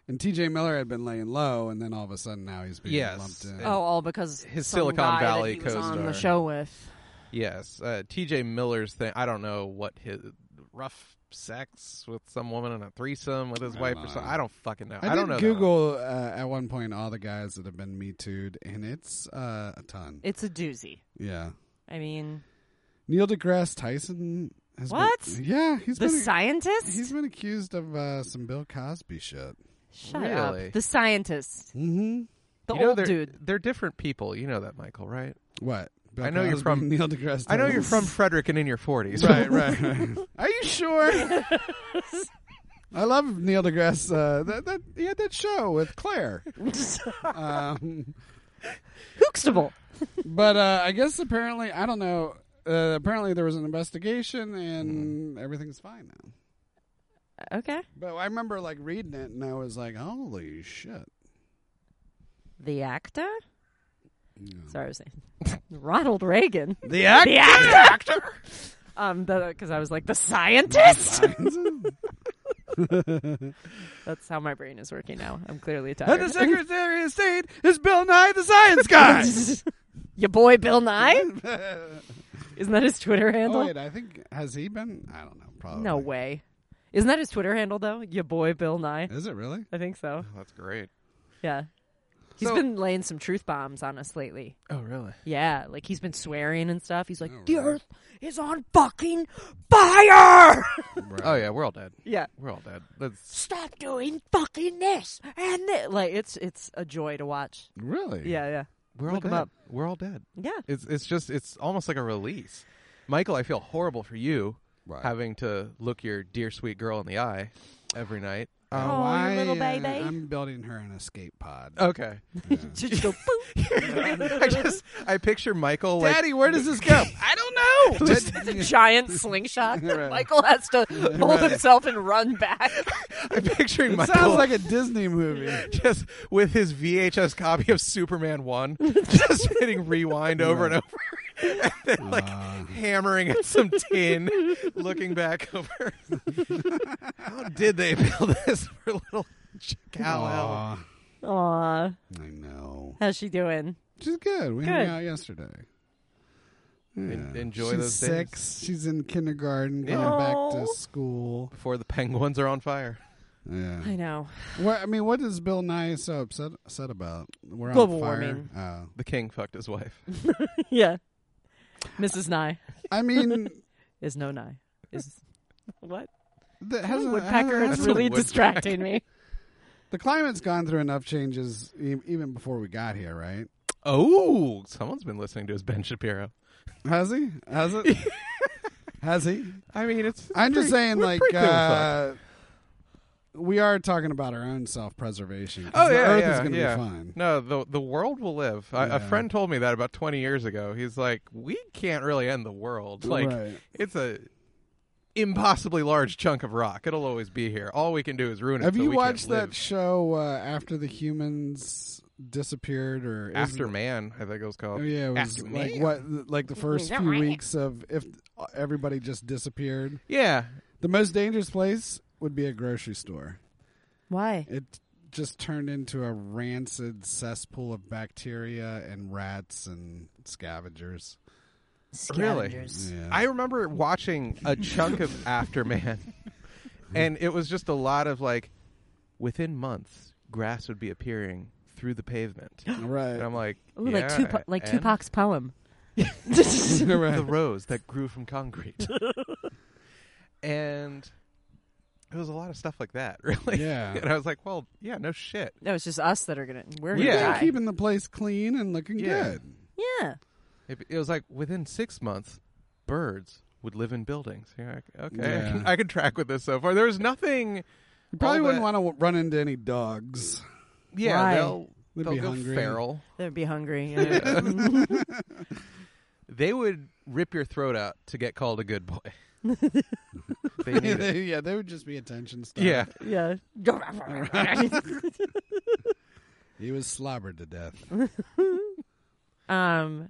And T.J. Miller had been laying low, and then all of a sudden now he's being Yes. lumped in. And- Oh, all because His some Silicon guy that Valley he was on the co-star. show with. Yes, uh, T.J. Miller's thing. I don't know what his rough sex with some woman in a threesome with his I wife don't or something. know. I don't fucking know. I, I, did don't know. that Google uh, at one point all the guys that have been Me Too'd, and it's uh, a ton. It's a doozy. yeah, I mean, Neil deGrasse Tyson has been- What? yeah, he's the been scientist. he's been accused of uh, some Bill Cosby shit. Shut Really? up. The scientist. Mm-hmm. The You know, old they're, dude. They're different people. You know that, Michael, right? What? Bill I know you're Cosby, from- Neil deGrasse. Tyson. I know you're from Frederick and in your 40s. *laughs* right, right, right. Are you sure? *laughs* I love Neil deGrasse. Uh, that, that he had that show *laughs* with Claire. um, Hookstable. but uh, I guess apparently I don't know. Uh, apparently there was an investigation Mm. and everything's fine now. Okay. But I remember like reading it and I was like, *laughs* "Holy shit!" The actor? Yeah. Sorry, I was saying *laughs* Ronald Reagan. The act. The actor. *laughs* um, because I was like the scientist. *laughs* That's how my brain is working now. I'm clearly and tired. *laughs* the Secretary of State is Bill Nye, the Science Guy. Your boy *laughs* Bill Nye? Oh, Isn't that his Twitter handle? oh wait, I think has he been? I don't know. Probably no way. Isn't that his Twitter handle though? Your boy Bill Nye. Is it really? I think so. That's great. Yeah. he's So- been laying some truth bombs on us lately. Oh, really? Yeah, like he's been swearing and stuff. He's like, Oh, "The right. earth is on fucking fire." *laughs* Oh, yeah. We're all dead. yeah. We're all dead. That's Stop doing fucking this and that. Like it's it's a joy to watch. Really? Yeah, yeah. we're Look all 'em dead. up. We're all dead. Yeah. It's it's just it's almost like a release. Michael, I feel horrible for you Right. having to look your dear sweet girl in the eye every night. Um, Oh, Aw, I, your little uh, baby. I'm building her an escape pod. Okay. *laughs* Just go *laughs* boop. *laughs* I just I picture Michael like Daddy, where does *laughs* this go? I don't know. Just a giant slingshot. that *laughs* Right. Michael has to hold himself and run back. I'm picturing it Michael sounds like a Disney movie. *laughs* just with his VHS copy of Superman *laughs* One, just hitting rewind over and over, *laughs* and then like hammering at some tin, looking back over. *laughs* How did they build this for little cow? Hell? Aw, Aw, I know. how's she doing? She's good. We Good. hung out yesterday. En- enjoy She's those days. six. She's in kindergarten, going back to Aw. school. Before the penguins are on fire. Yeah. I know. What I mean, what is Bill Nye so upset upset about? We're Global on fire. warming. Oh. The king fucked his wife. *laughs* Yeah, Mrs. Nye I mean, *laughs* is no Nye. Is *laughs* what? the, has Woodpecker has, is really distracting me. the climate's gone through enough changes e- even before we got here, right? Oh, someone's been listening to his Ben Shapiro. Has he? *laughs* Has it? has he? I mean, it's. I'm pretty- just saying, we're like, pretty good with that. uh, we are talking about our own self preservation. Oh the yeah, Earth yeah, is going to yeah. be fine. No, the the world will live. I, A Yeah. friend told me that about 20 years ago. He's like, we can't really end the world. Like, Right. it's a impossibly large chunk of rock. It'll always be here. All we can do is ruin it. Have so you we can't watched that live. show uh, after the humans disappeared, or is- After Man? I think it was called. Oh, yeah, it was After like Man. what, like the first that few right? weeks of if everybody just disappeared. Yeah, The most dangerous place would be a grocery store. *laughs* *laughs* Why? It just turned into a rancid cesspool of bacteria and rats and scavengers. really. Yeah. I remember watching a chunk of *laughs* Afterman, and it was just a lot of like, within months, grass would be appearing through the *gasps* pavement, and right. I'm like, Ooh, like yeah, Tupac, like and Tupac's poem. *laughs* *laughs* the right. rose that grew from concrete, *laughs* and it was a lot of stuff like that, *laughs* really. Yeah. and I was like, well, yeah, no shit. No, it's just us that are gonna. We're We've Yeah. been gonna die. keeping the place clean and looking Yeah. good. Yeah. It, it was like within six months, birds would live in buildings. You're like, okay, I, Yeah. can, I can track with this so far. There was nothing. You probably all wouldn't that- want to run into any dogs. Yeah, Why? they'll They'd they'll be go hungry. feral. They'd be hungry. yeah. They would rip your throat out to get called a good *laughs* boy. they need it. They- *laughs* yeah, they would just be attention stuff. Yeah, yeah. He was slobbered to death. Um,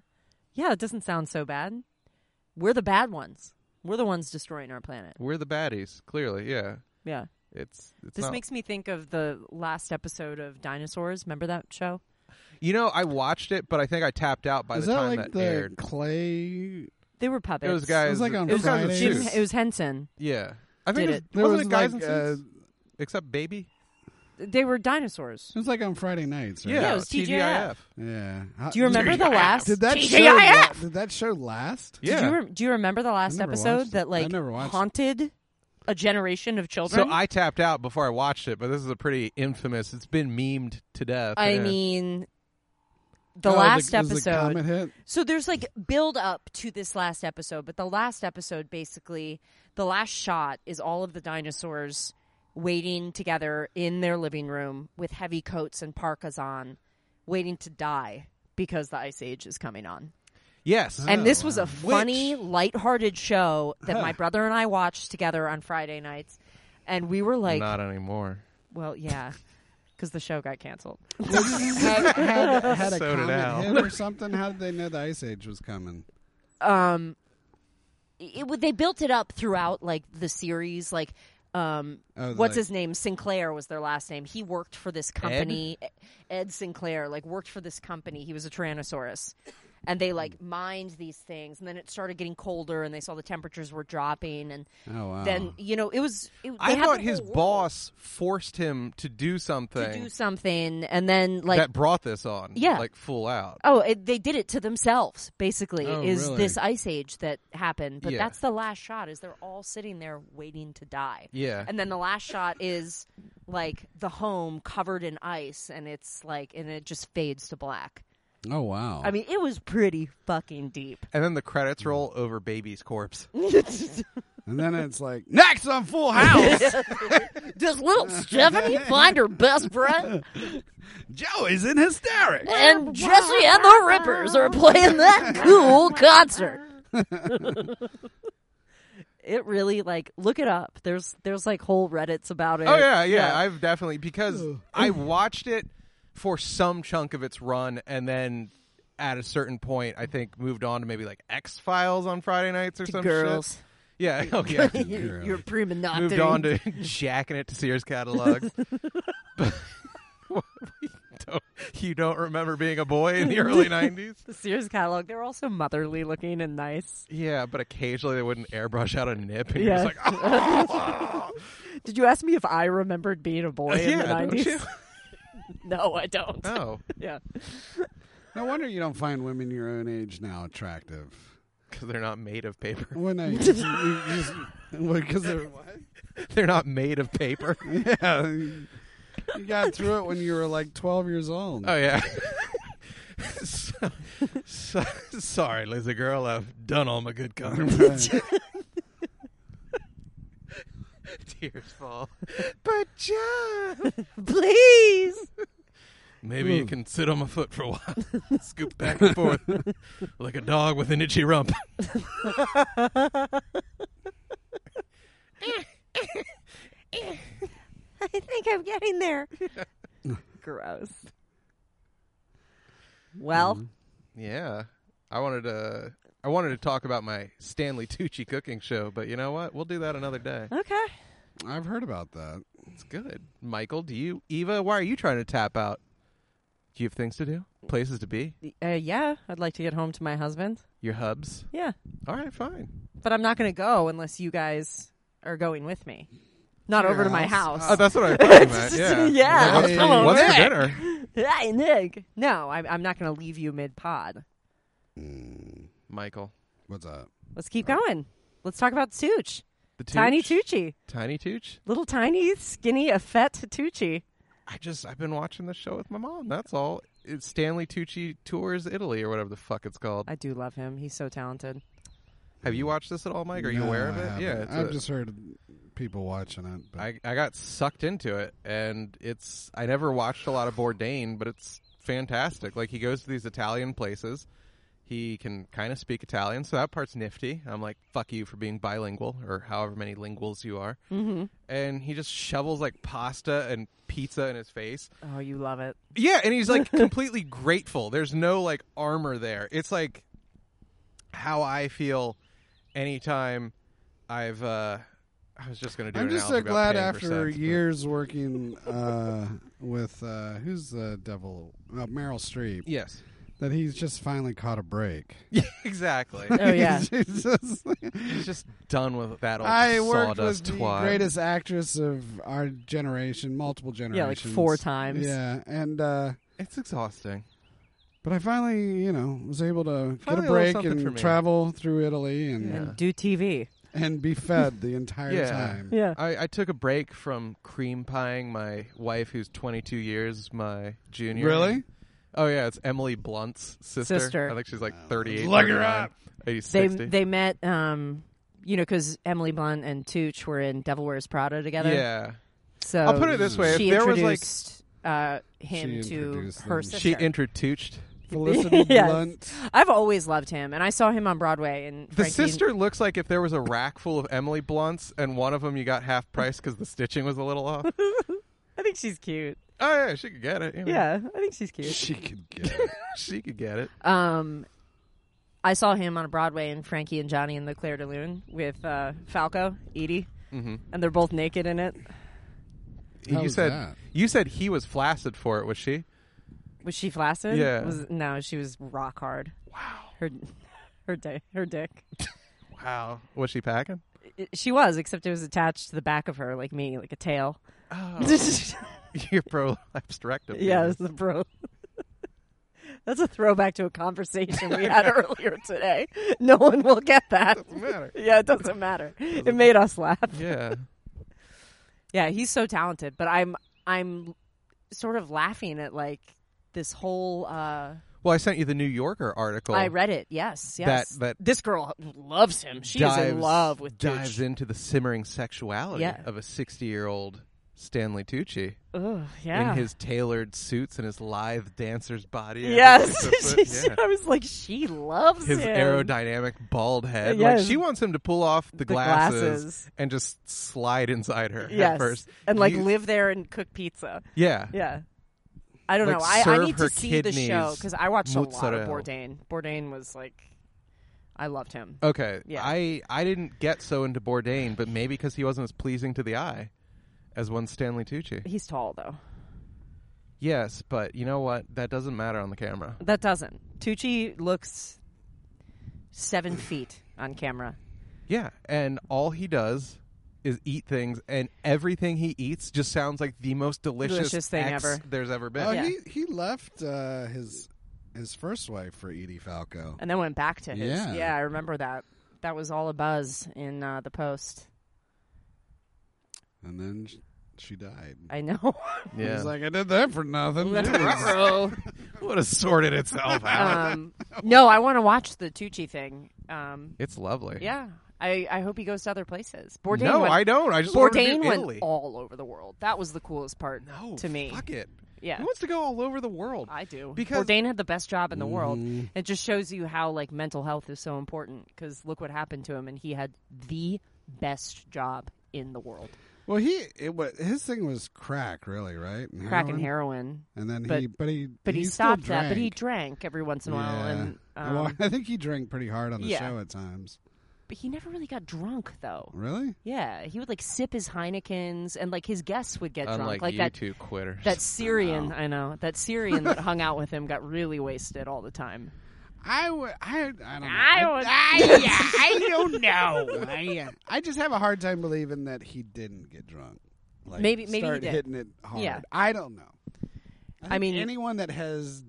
yeah, it doesn't sound so bad. We're the bad ones. We're the ones destroying our planet. we're the baddies. Clearly, yeah. Yeah. It's, it's This not- makes me think of the last episode of Dinosaurs. Remember that show? you know I watched it, but I think I tapped out by Is the that time like that the aired. clay? They were puppets. It was guys. It was like on it was guys with Fridays. Jim, suits. it was Henson. yeah. I think it Did was, it- There wasn't was it guys like, in uh, suits except baby. They were dinosaurs. It was like on Friday nights. Right? Yeah, it was TGIF. Yeah. How- Do you remember the last? Did that show? TGIF? la- Did that show last? Yeah. Did you rem- do you remember the last never watched episode it. I that like never watched it. haunted a generation of children? So I tapped out before I watched it, but this is a pretty infamous. It's been memed to death. I yeah. mean, the Oh, last the, was the episode. comet hit? so there's like build up to this last episode, but the last episode basically, the last shot is all of the dinosaurs waiting together in their living room with heavy coats and parkas on, waiting to die because the ice age is coming on. yes. And Oh, this was a wow. funny, lighthearted show that my brother and I watched together on Friday nights. And we were like, not anymore. well, yeah, because the show got canceled. had, had, had a So did Al. comet hit or something? How did they know the ice age was coming? Um, it, w- they built it up throughout, like, the series. Like, um, Oh, what's like- his name? Sinclair was their last name. He worked for this company. E, Ed? Sinclair, like, worked for this company. He was a Tyrannosaurus. And they, like, mined these things. And then it started getting colder, and they saw the temperatures were dropping. And Oh wow. then, you know, it was. It, they I had thought the his whole world. boss forced him to do something to do something and then like that brought this on. Yeah. Like full out. oh it, they did it to themselves basically Oh, is really? this ice age that happened but Yeah. that's the last shot is they're all sitting there waiting to die Yeah. and then the last shot is like the home covered in ice and it's like and it just fades to black oh wow. i mean it was pretty fucking deep And then the credits roll over baby's corpse. and then it's like next on *laughs* Full House. Does little Stephanie find her best friend? Joey's in hysterics. And Jesse and the Rippers are playing that cool concert. *laughs* it really like look it up there's there's like whole reddits about it Oh yeah, yeah, I've definitely because I watched it for some chunk of its run, and then at a certain point, I think moved on to maybe like X Files on Friday nights or some girls. shit. Yeah, *laughs* oh yeah. You're prima nocta. moved on to *laughs* jacking it to Sears *laughs* catalog. *laughs* you don't remember being a boy in the *laughs* early '90s? the *laughs* Sears catalog they're also motherly looking and nice Yeah, but occasionally they wouldn't airbrush out a nip, and you're Yeah. just like, *laughs* oh, did you ask me if i remembered being a boy in the yeah, don't 90s you? *laughs* no i don't Oh, yeah No wonder you don't find women your own age now attractive. because they're not made of paper. *laughs* When I because they're what? They're not made of *laughs* paper. Yeah, you got through it when you were like twelve years old. *laughs* Oh yeah. *laughs* so, so, sorry, Lizzie girl. I've done all my *laughs* good karma. *laughs* Tears fall. But John, Please. *laughs* maybe Hmm. you can sit on my foot for a *laughs* while, scoop back and forth like a dog with an itchy rump. I think I'm getting there. gross Well, Mm-hmm. Yeah, I wanted to. I wanted to talk about my Stanley Tucci cooking show, but you know what? We'll do that another day. okay I've heard about that. It's good. Michael, do you? Eva, why are you trying to tap out? Do you have things to do? Places to be? uh, yeah i'd like to get home to my husband Your hubs? yeah All right, fine. but i'm not going to go unless you guys are going with me not over to my house? house Oh, that's *laughs* what I thought you meant. Yeah. Yeah, What's, let's for- come what's over. for dinner? Hey, Nick. no I, i'm not going to leave you mid-pod Hmm. Michael. What's up? let's keep going let's talk about Tooch. The tiny Tooch? Tucci. Tiny Tooch? little tiny skinny effete Tucci. I just, I've been watching this show with my mom. That's all. It's Stanley Tucci Tours Italy or whatever the fuck it's called. i do love him he's so talented Have you watched this at all, Mike? Are you No, aware I of it? haven't. Yeah. it's I've a- just heard people watching it. But I, I got sucked into it and it's I never watched a lot of Bourdain, but it's fantastic. Like he goes to these Italian places. He can kind of speak Italian, so that part's nifty. I'm like, fuck you for being bilingual or however many linguals you are. Mm-hmm. And he just shovels like pasta and pizza in his face. oh you love it Yeah, and he's *laughs* like completely grateful. There's no like armor there. It's like how I feel anytime I've uh I was just going to do. I'm an just so analogy about glad paying for after sex, but- years working uh, with uh, who's the devil uh, Meryl Streep Yes. *laughs* that he's just finally caught a break. *laughs* exactly. Oh, *laughs* yeah. He's just- *laughs* He's just done with that old I worked with sawdust the twat. greatest actress of our generation, multiple generations. Yeah, like four times. Yeah, and uh, It's exhausting. but I finally, you know, was able Finally to get a a little break something for and me. travel through Italy and Yeah. And do TV. and be fed the entire Yeah. time. Yeah. I, I took a break from cream pieing my wife, who's 22 years my junior. Really? Oh yeah, it's Emily Blunt's sister. Sister. I think she's like 38. Look her 39, up. maybe They 60. they met, um, you know, because Emily Blunt and Tooch were in Devil Wears Prada together. yeah. So I'll put it this way: if she there was like introduced uh, him She to introduced her them. sister. she intertooched. Felicity *laughs* Yes. Blunt. I've always loved him, and I saw him on Broadway. And The Frankie- sister looks like if there was a rack full of Emily Blunts and one of them you got half price because the stitching was a little *laughs* off. oh I think she's cute. yeah, she could get it. you know. Yeah, I think she's cute. She could *laughs* get it. she could get it. Um, I saw him on Broadway in Frankie and Johnny and the Claire de Lune with uh, Falco, Edie, Mhm. and they're both naked in it. How you was said that? you said he was flaccid for it. Was she? Was she flaccid? Yeah. Was, no, she was rock hard. Wow. Her, *laughs* her, di- her dick. Wow. Was she packing? *laughs* It- she was, except it was attached to the back of her, like me, like a tail. Oh, you're pro hysterectomy. *laughs* yeah, it was the bro. *laughs* That's a throwback to a conversation *laughs* we had earlier today. No one will get that. Doesn't matter. Yeah, it doesn't matter. It made us laugh. Yeah. Yeah, he's so talented, but I'm I'm sort of laughing at like this whole uh Well, I sent you the New Yorker article. I read it. Yes, yes. that- this girl loves him. She is in love with dives Tooch. into the simmering sexuality Yeah. of a 60 year old Stanley Tucci Ugh, yeah. in his tailored suits and his lithe dancer's body. every *laughs* six yes. foot. She's- Yeah. I was like she loves His him. aerodynamic bald head. Yes. Like she wants him to pull off the, The glasses, glasses. and just slide inside her yes. at first. And like You- live there and cook pizza. Yeah. Yeah. I don't Like, know. I, I serve need her to see the show kidneys because I watched a mozzarella. lot of Bourdain. Bourdain was like, I loved him. Okay. Yeah. I I didn't get so into Bourdain, but maybe because he wasn't as pleasing to the eye as one Stanley Tucci. He's tall though. Yes, but you know what? That doesn't matter on the camera. That doesn't. Tucci looks seven feet on camera. Yeah, and all he does is eat things, and everything he eats just sounds like the most delicious, Delicious thing X ever. There's ever been. Oh, Yeah. he he left uh, his his first wife for Edie Falco. And then went back to his. Yeah. I remember that. That was all a buzz in uh, the post. and then sh- she died. I know. Yeah. He's like, I did that *laughs* for nothing. would have sorted itself *laughs* out. um, no, I want to watch the Tucci thing. Um, it's lovely. yeah. I, I hope he goes to other places. Bourdain no, went, I don't. I just want to Bourdain do went Italy. all over the world. That was the coolest part no, to me. Fuck it. Yeah. Who wants to go all over the world? I do. Because- Bourdain had the best job in the world. It just shows you how like mental health is so important because look what happened to him, and he had the best job in the world, Well, he it was his thing was crack, really, right? And crack and heroin. And then But- he, but he, But he, still stopped that. But he drank. drank every once in a while, Yeah. and um, well, *laughs* I think he drank pretty hard on the yeah. show at times. but he never really got drunk though. Really? Yeah, he would like sip his Heinekens, and like his guests would get Unlike drunk, like you that. two quitters. That Syrian, I know. That Syrian that hung out with him got really wasted all the time. I would. I, I don't know. would- *laughs* I, I don't know. I, I just have a hard time believing that he didn't get drunk. Like, Maybe- maybe he start did. hitting it hard. Yeah. I don't know. I, think mean- anyone that has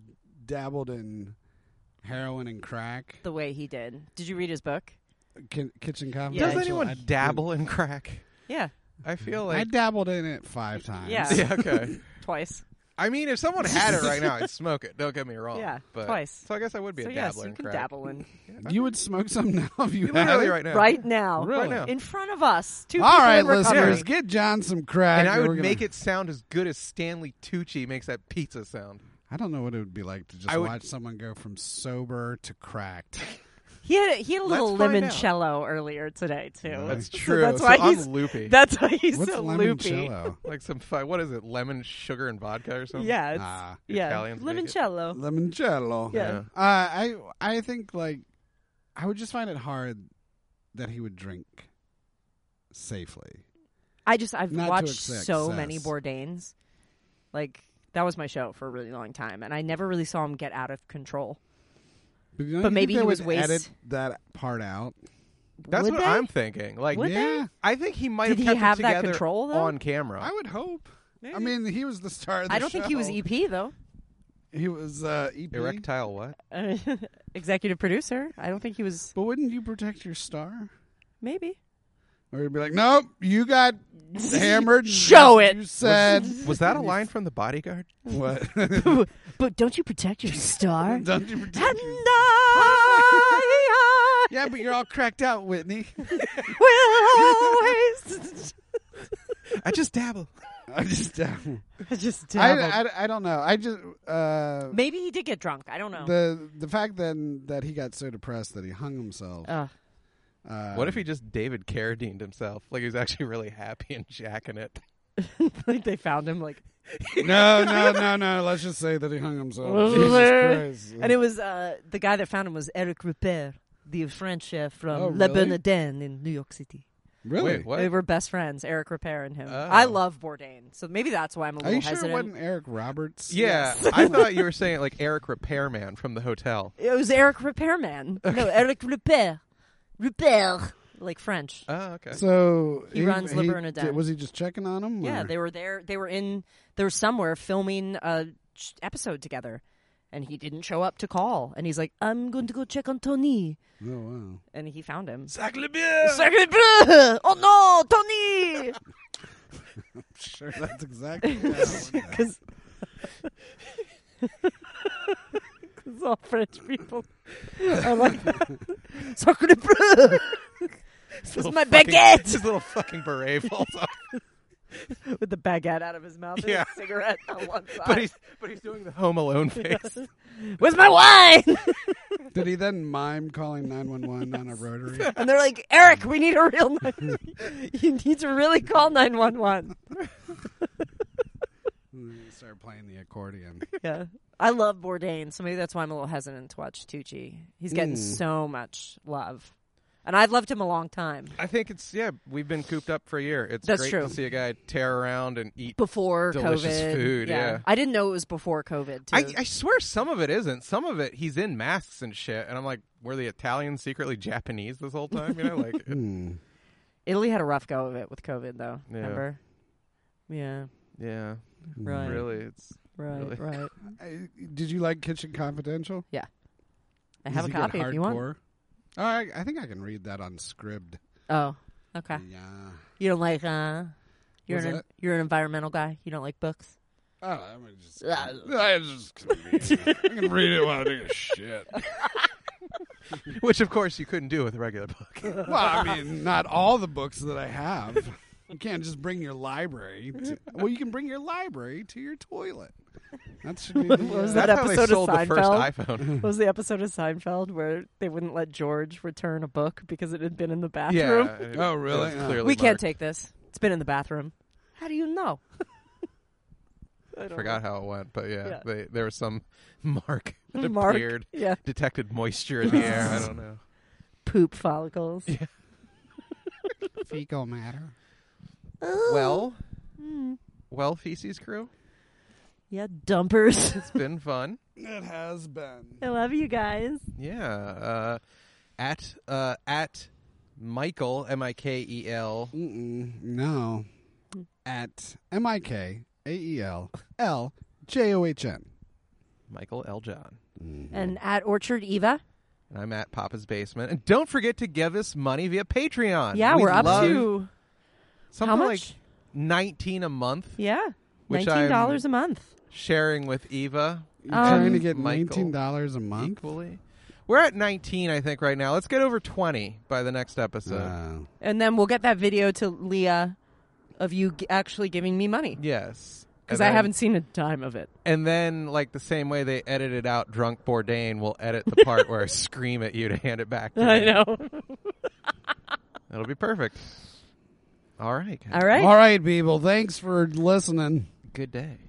dabbled in heroin and crack, The way he did. Did you read his book? ki- kitchen confidential. Does Yeah. anyone I- dabble in crack? Yeah, I feel I like. dabbled in it five times. Yeah. *laughs* *laughs* yeah. Okay. twice. I mean, if someone had it right *laughs* now, I'd smoke it. Don't get me wrong. Yeah, but, twice. So I guess I would be so a dabbler yes, in you can crack. *laughs* dabble in You would smoke some now if you had Literally it? right now. right now, Really? Right now. in front of us. Two All people right, in recovery. listeners, get John some crack. And I would We're gonna- make it sound as good as Stanley Tucci makes that pizza sound. I don't know what it would be like to just I would- watch someone go from sober to cracked. He had he had a little Let's find out. limoncello earlier today too. That's So true. that's So why I'm he's loopy. That's why he's What's *laughs* so loopy. limoncello? like some fi- what is it? Lemon, sugar, and vodka or something. *laughs* Yeah, it's, Ah. yeah. Italians make it. limoncello. limoncello. Yeah. Yeah. Uh, I I think like I would just find it hard that he would drink safely. I just I've Not to watched excess. so many Bourdains. Like that was my show for a really long time, and I never really saw him get out of control. But, you know, you But think maybe they he would was waste- edit that part out. That's Would what they? I'm thinking. Like, Would they? yeah, I think he might Did he have kept have it that together control, though? on camera. I would hope. I mean, he was the star of the I don't think he was E show. EP though. *laughs* He was uh, EP. Erectile what? Uh, executive producer. I don't think he was. But wouldn't you protect your star? Maybe. Or you'd be like, nope, you got hammered. Show it. *laughs* You said Was that a line from The Bodyguard? what? But don't you protect *laughs* your star? Don't you protect your- I Yeah, but you're all cracked out, Whitney. will always. I just dabble. I uh, just don't. I just *laughs* I, dabbled. I, I don't know. I just uh, Maybe he did get drunk. I don't know. the the fact then that he got so depressed that he hung himself. Ugh. *laughs* Uh, What if he just David Carradine'd himself? Like he was actually really happy and jacking *laughs* it. *laughs* like they found him like No, no, no, no. Let's just say that he hung himself. Jesus Christ. and it was uh the guy that found him was Eric Ripper, the French chef from Oh, La really? Bernardin in New York City. really? Wait, what? They were best friends, Eric Ripper and him. Oh. I love Bourdain, so maybe that's why I'm a Are little you sure it hesitant. wasn't Eric *laughs* Roberts? yeah, I thought you were saying like Eric Repairman from the hotel. it was Eric Repairman. No, Eric Ripper. Ripper. Like French. Oh, okay. So He runs La Bernadette. did- Was he just checking on him? Yeah, or- they were there. They were in. They were somewhere filming a sh- episode together, and he didn't show up to call. And he's like, "I'm going to go check on Tony," *laughs* Oh wow. and he found him. Sacrebleu! Sacre bleu! Oh *laughs* no, Tony! Sure, that's exactly. what *laughs* happened. Because all French people are like *laughs* that. Sacre bleu! *laughs* This is Little my fucking- baguette His little fucking beret *laughs* falls off, with the baguette out of his mouth and Yeah. a cigarette on one side. but he's but he's doing the Home *laughs* Alone face. Where's my wine? Did he then mime calling nine one one on a rotary? And they're like, Eric, we need a real. *laughs* Nine- you need to really call nine one one. And then he started playing the accordion. Yeah, I love Bourdain, so maybe that's why I'm a little hesitant to watch Tucci. He's getting so much love, and I've loved him a long time I think it's yeah. We've been cooped up for a year. It's That's great true. to see a guy tear around and eat. before Delicious COVID. food, yeah. I didn't know it was before COVID. Too. I, I swear some of it isn't. Some of it he's in masks and shit, and I'm like, were the Italians secretly Japanese this whole time? You know, like *laughs* Hmm. Italy had a rough go of it with COVID, though. Yeah. Remember? Yeah. yeah, Right. really, it's Right. Really? *laughs* Right. I- Uh, Did you like Kitchen Confidential? I have Does a he get copy if you want. hardcore? Oh, I, I think I can read that on Scribd. Oh, okay. Yeah. You don't like? uh You're What's an that? you're an environmental guy. You don't like books. Oh, I'm just. I just gonna read it. I can read it while I take a shit. which of course you couldn't do with a regular *laughs* book. Well, I mean, not all the books that I have. You can't just bring your library. To, well, you can bring your library to your toilet. That should be. The, *laughs* What was That's that how they episode of sold the first Seinfeld? *laughs* iPhone. What was the episode of Seinfeld where they wouldn't let George return a book because it had been in the bathroom? yeah. it- Oh, it really? was Yeah. Clearly, we can't marked. take this. It's been in the bathroom. How do you know? *laughs* I don't Forgot how it went, but yeah, Yeah. They, there was some *laughs* mark know. that *laughs* Mark. appeared, Yeah, detected moisture in the air. I don't *gasps* know. poop follicles. fecal matter. Well, Hmm. well, feces crew, Yeah, dumpers. it's been fun. It has been. *laughs* I love you guys. Yeah. Uh, at uh, at Michael M I K E L. Mm-mm, no. At M I K A E L L J O H N. Michael L. John. And at Orchard Eva. And I'm at Papa's Basement. And don't forget to give us money via Patreon. Yeah, We we're up love to something how much? like 19 a month yeah, Which nineteen dollars a month. sharing with Eva You're Um, trying to get Michael. nineteen dollars a month. equally. We're at 19, I think, right now. Let's get over 20 by the next episode. Wow. And then we'll get that video to Leah of you g- actually giving me money yes. because And I then- haven't seen a dime of it. And then, like, the same way they edited out Drunk Bourdain, we'll edit the part *laughs* where I scream at you to hand it back to I me. know. It'll be perfect. All right. guys. *laughs* All right. All right, people. Thanks for listening. Good day.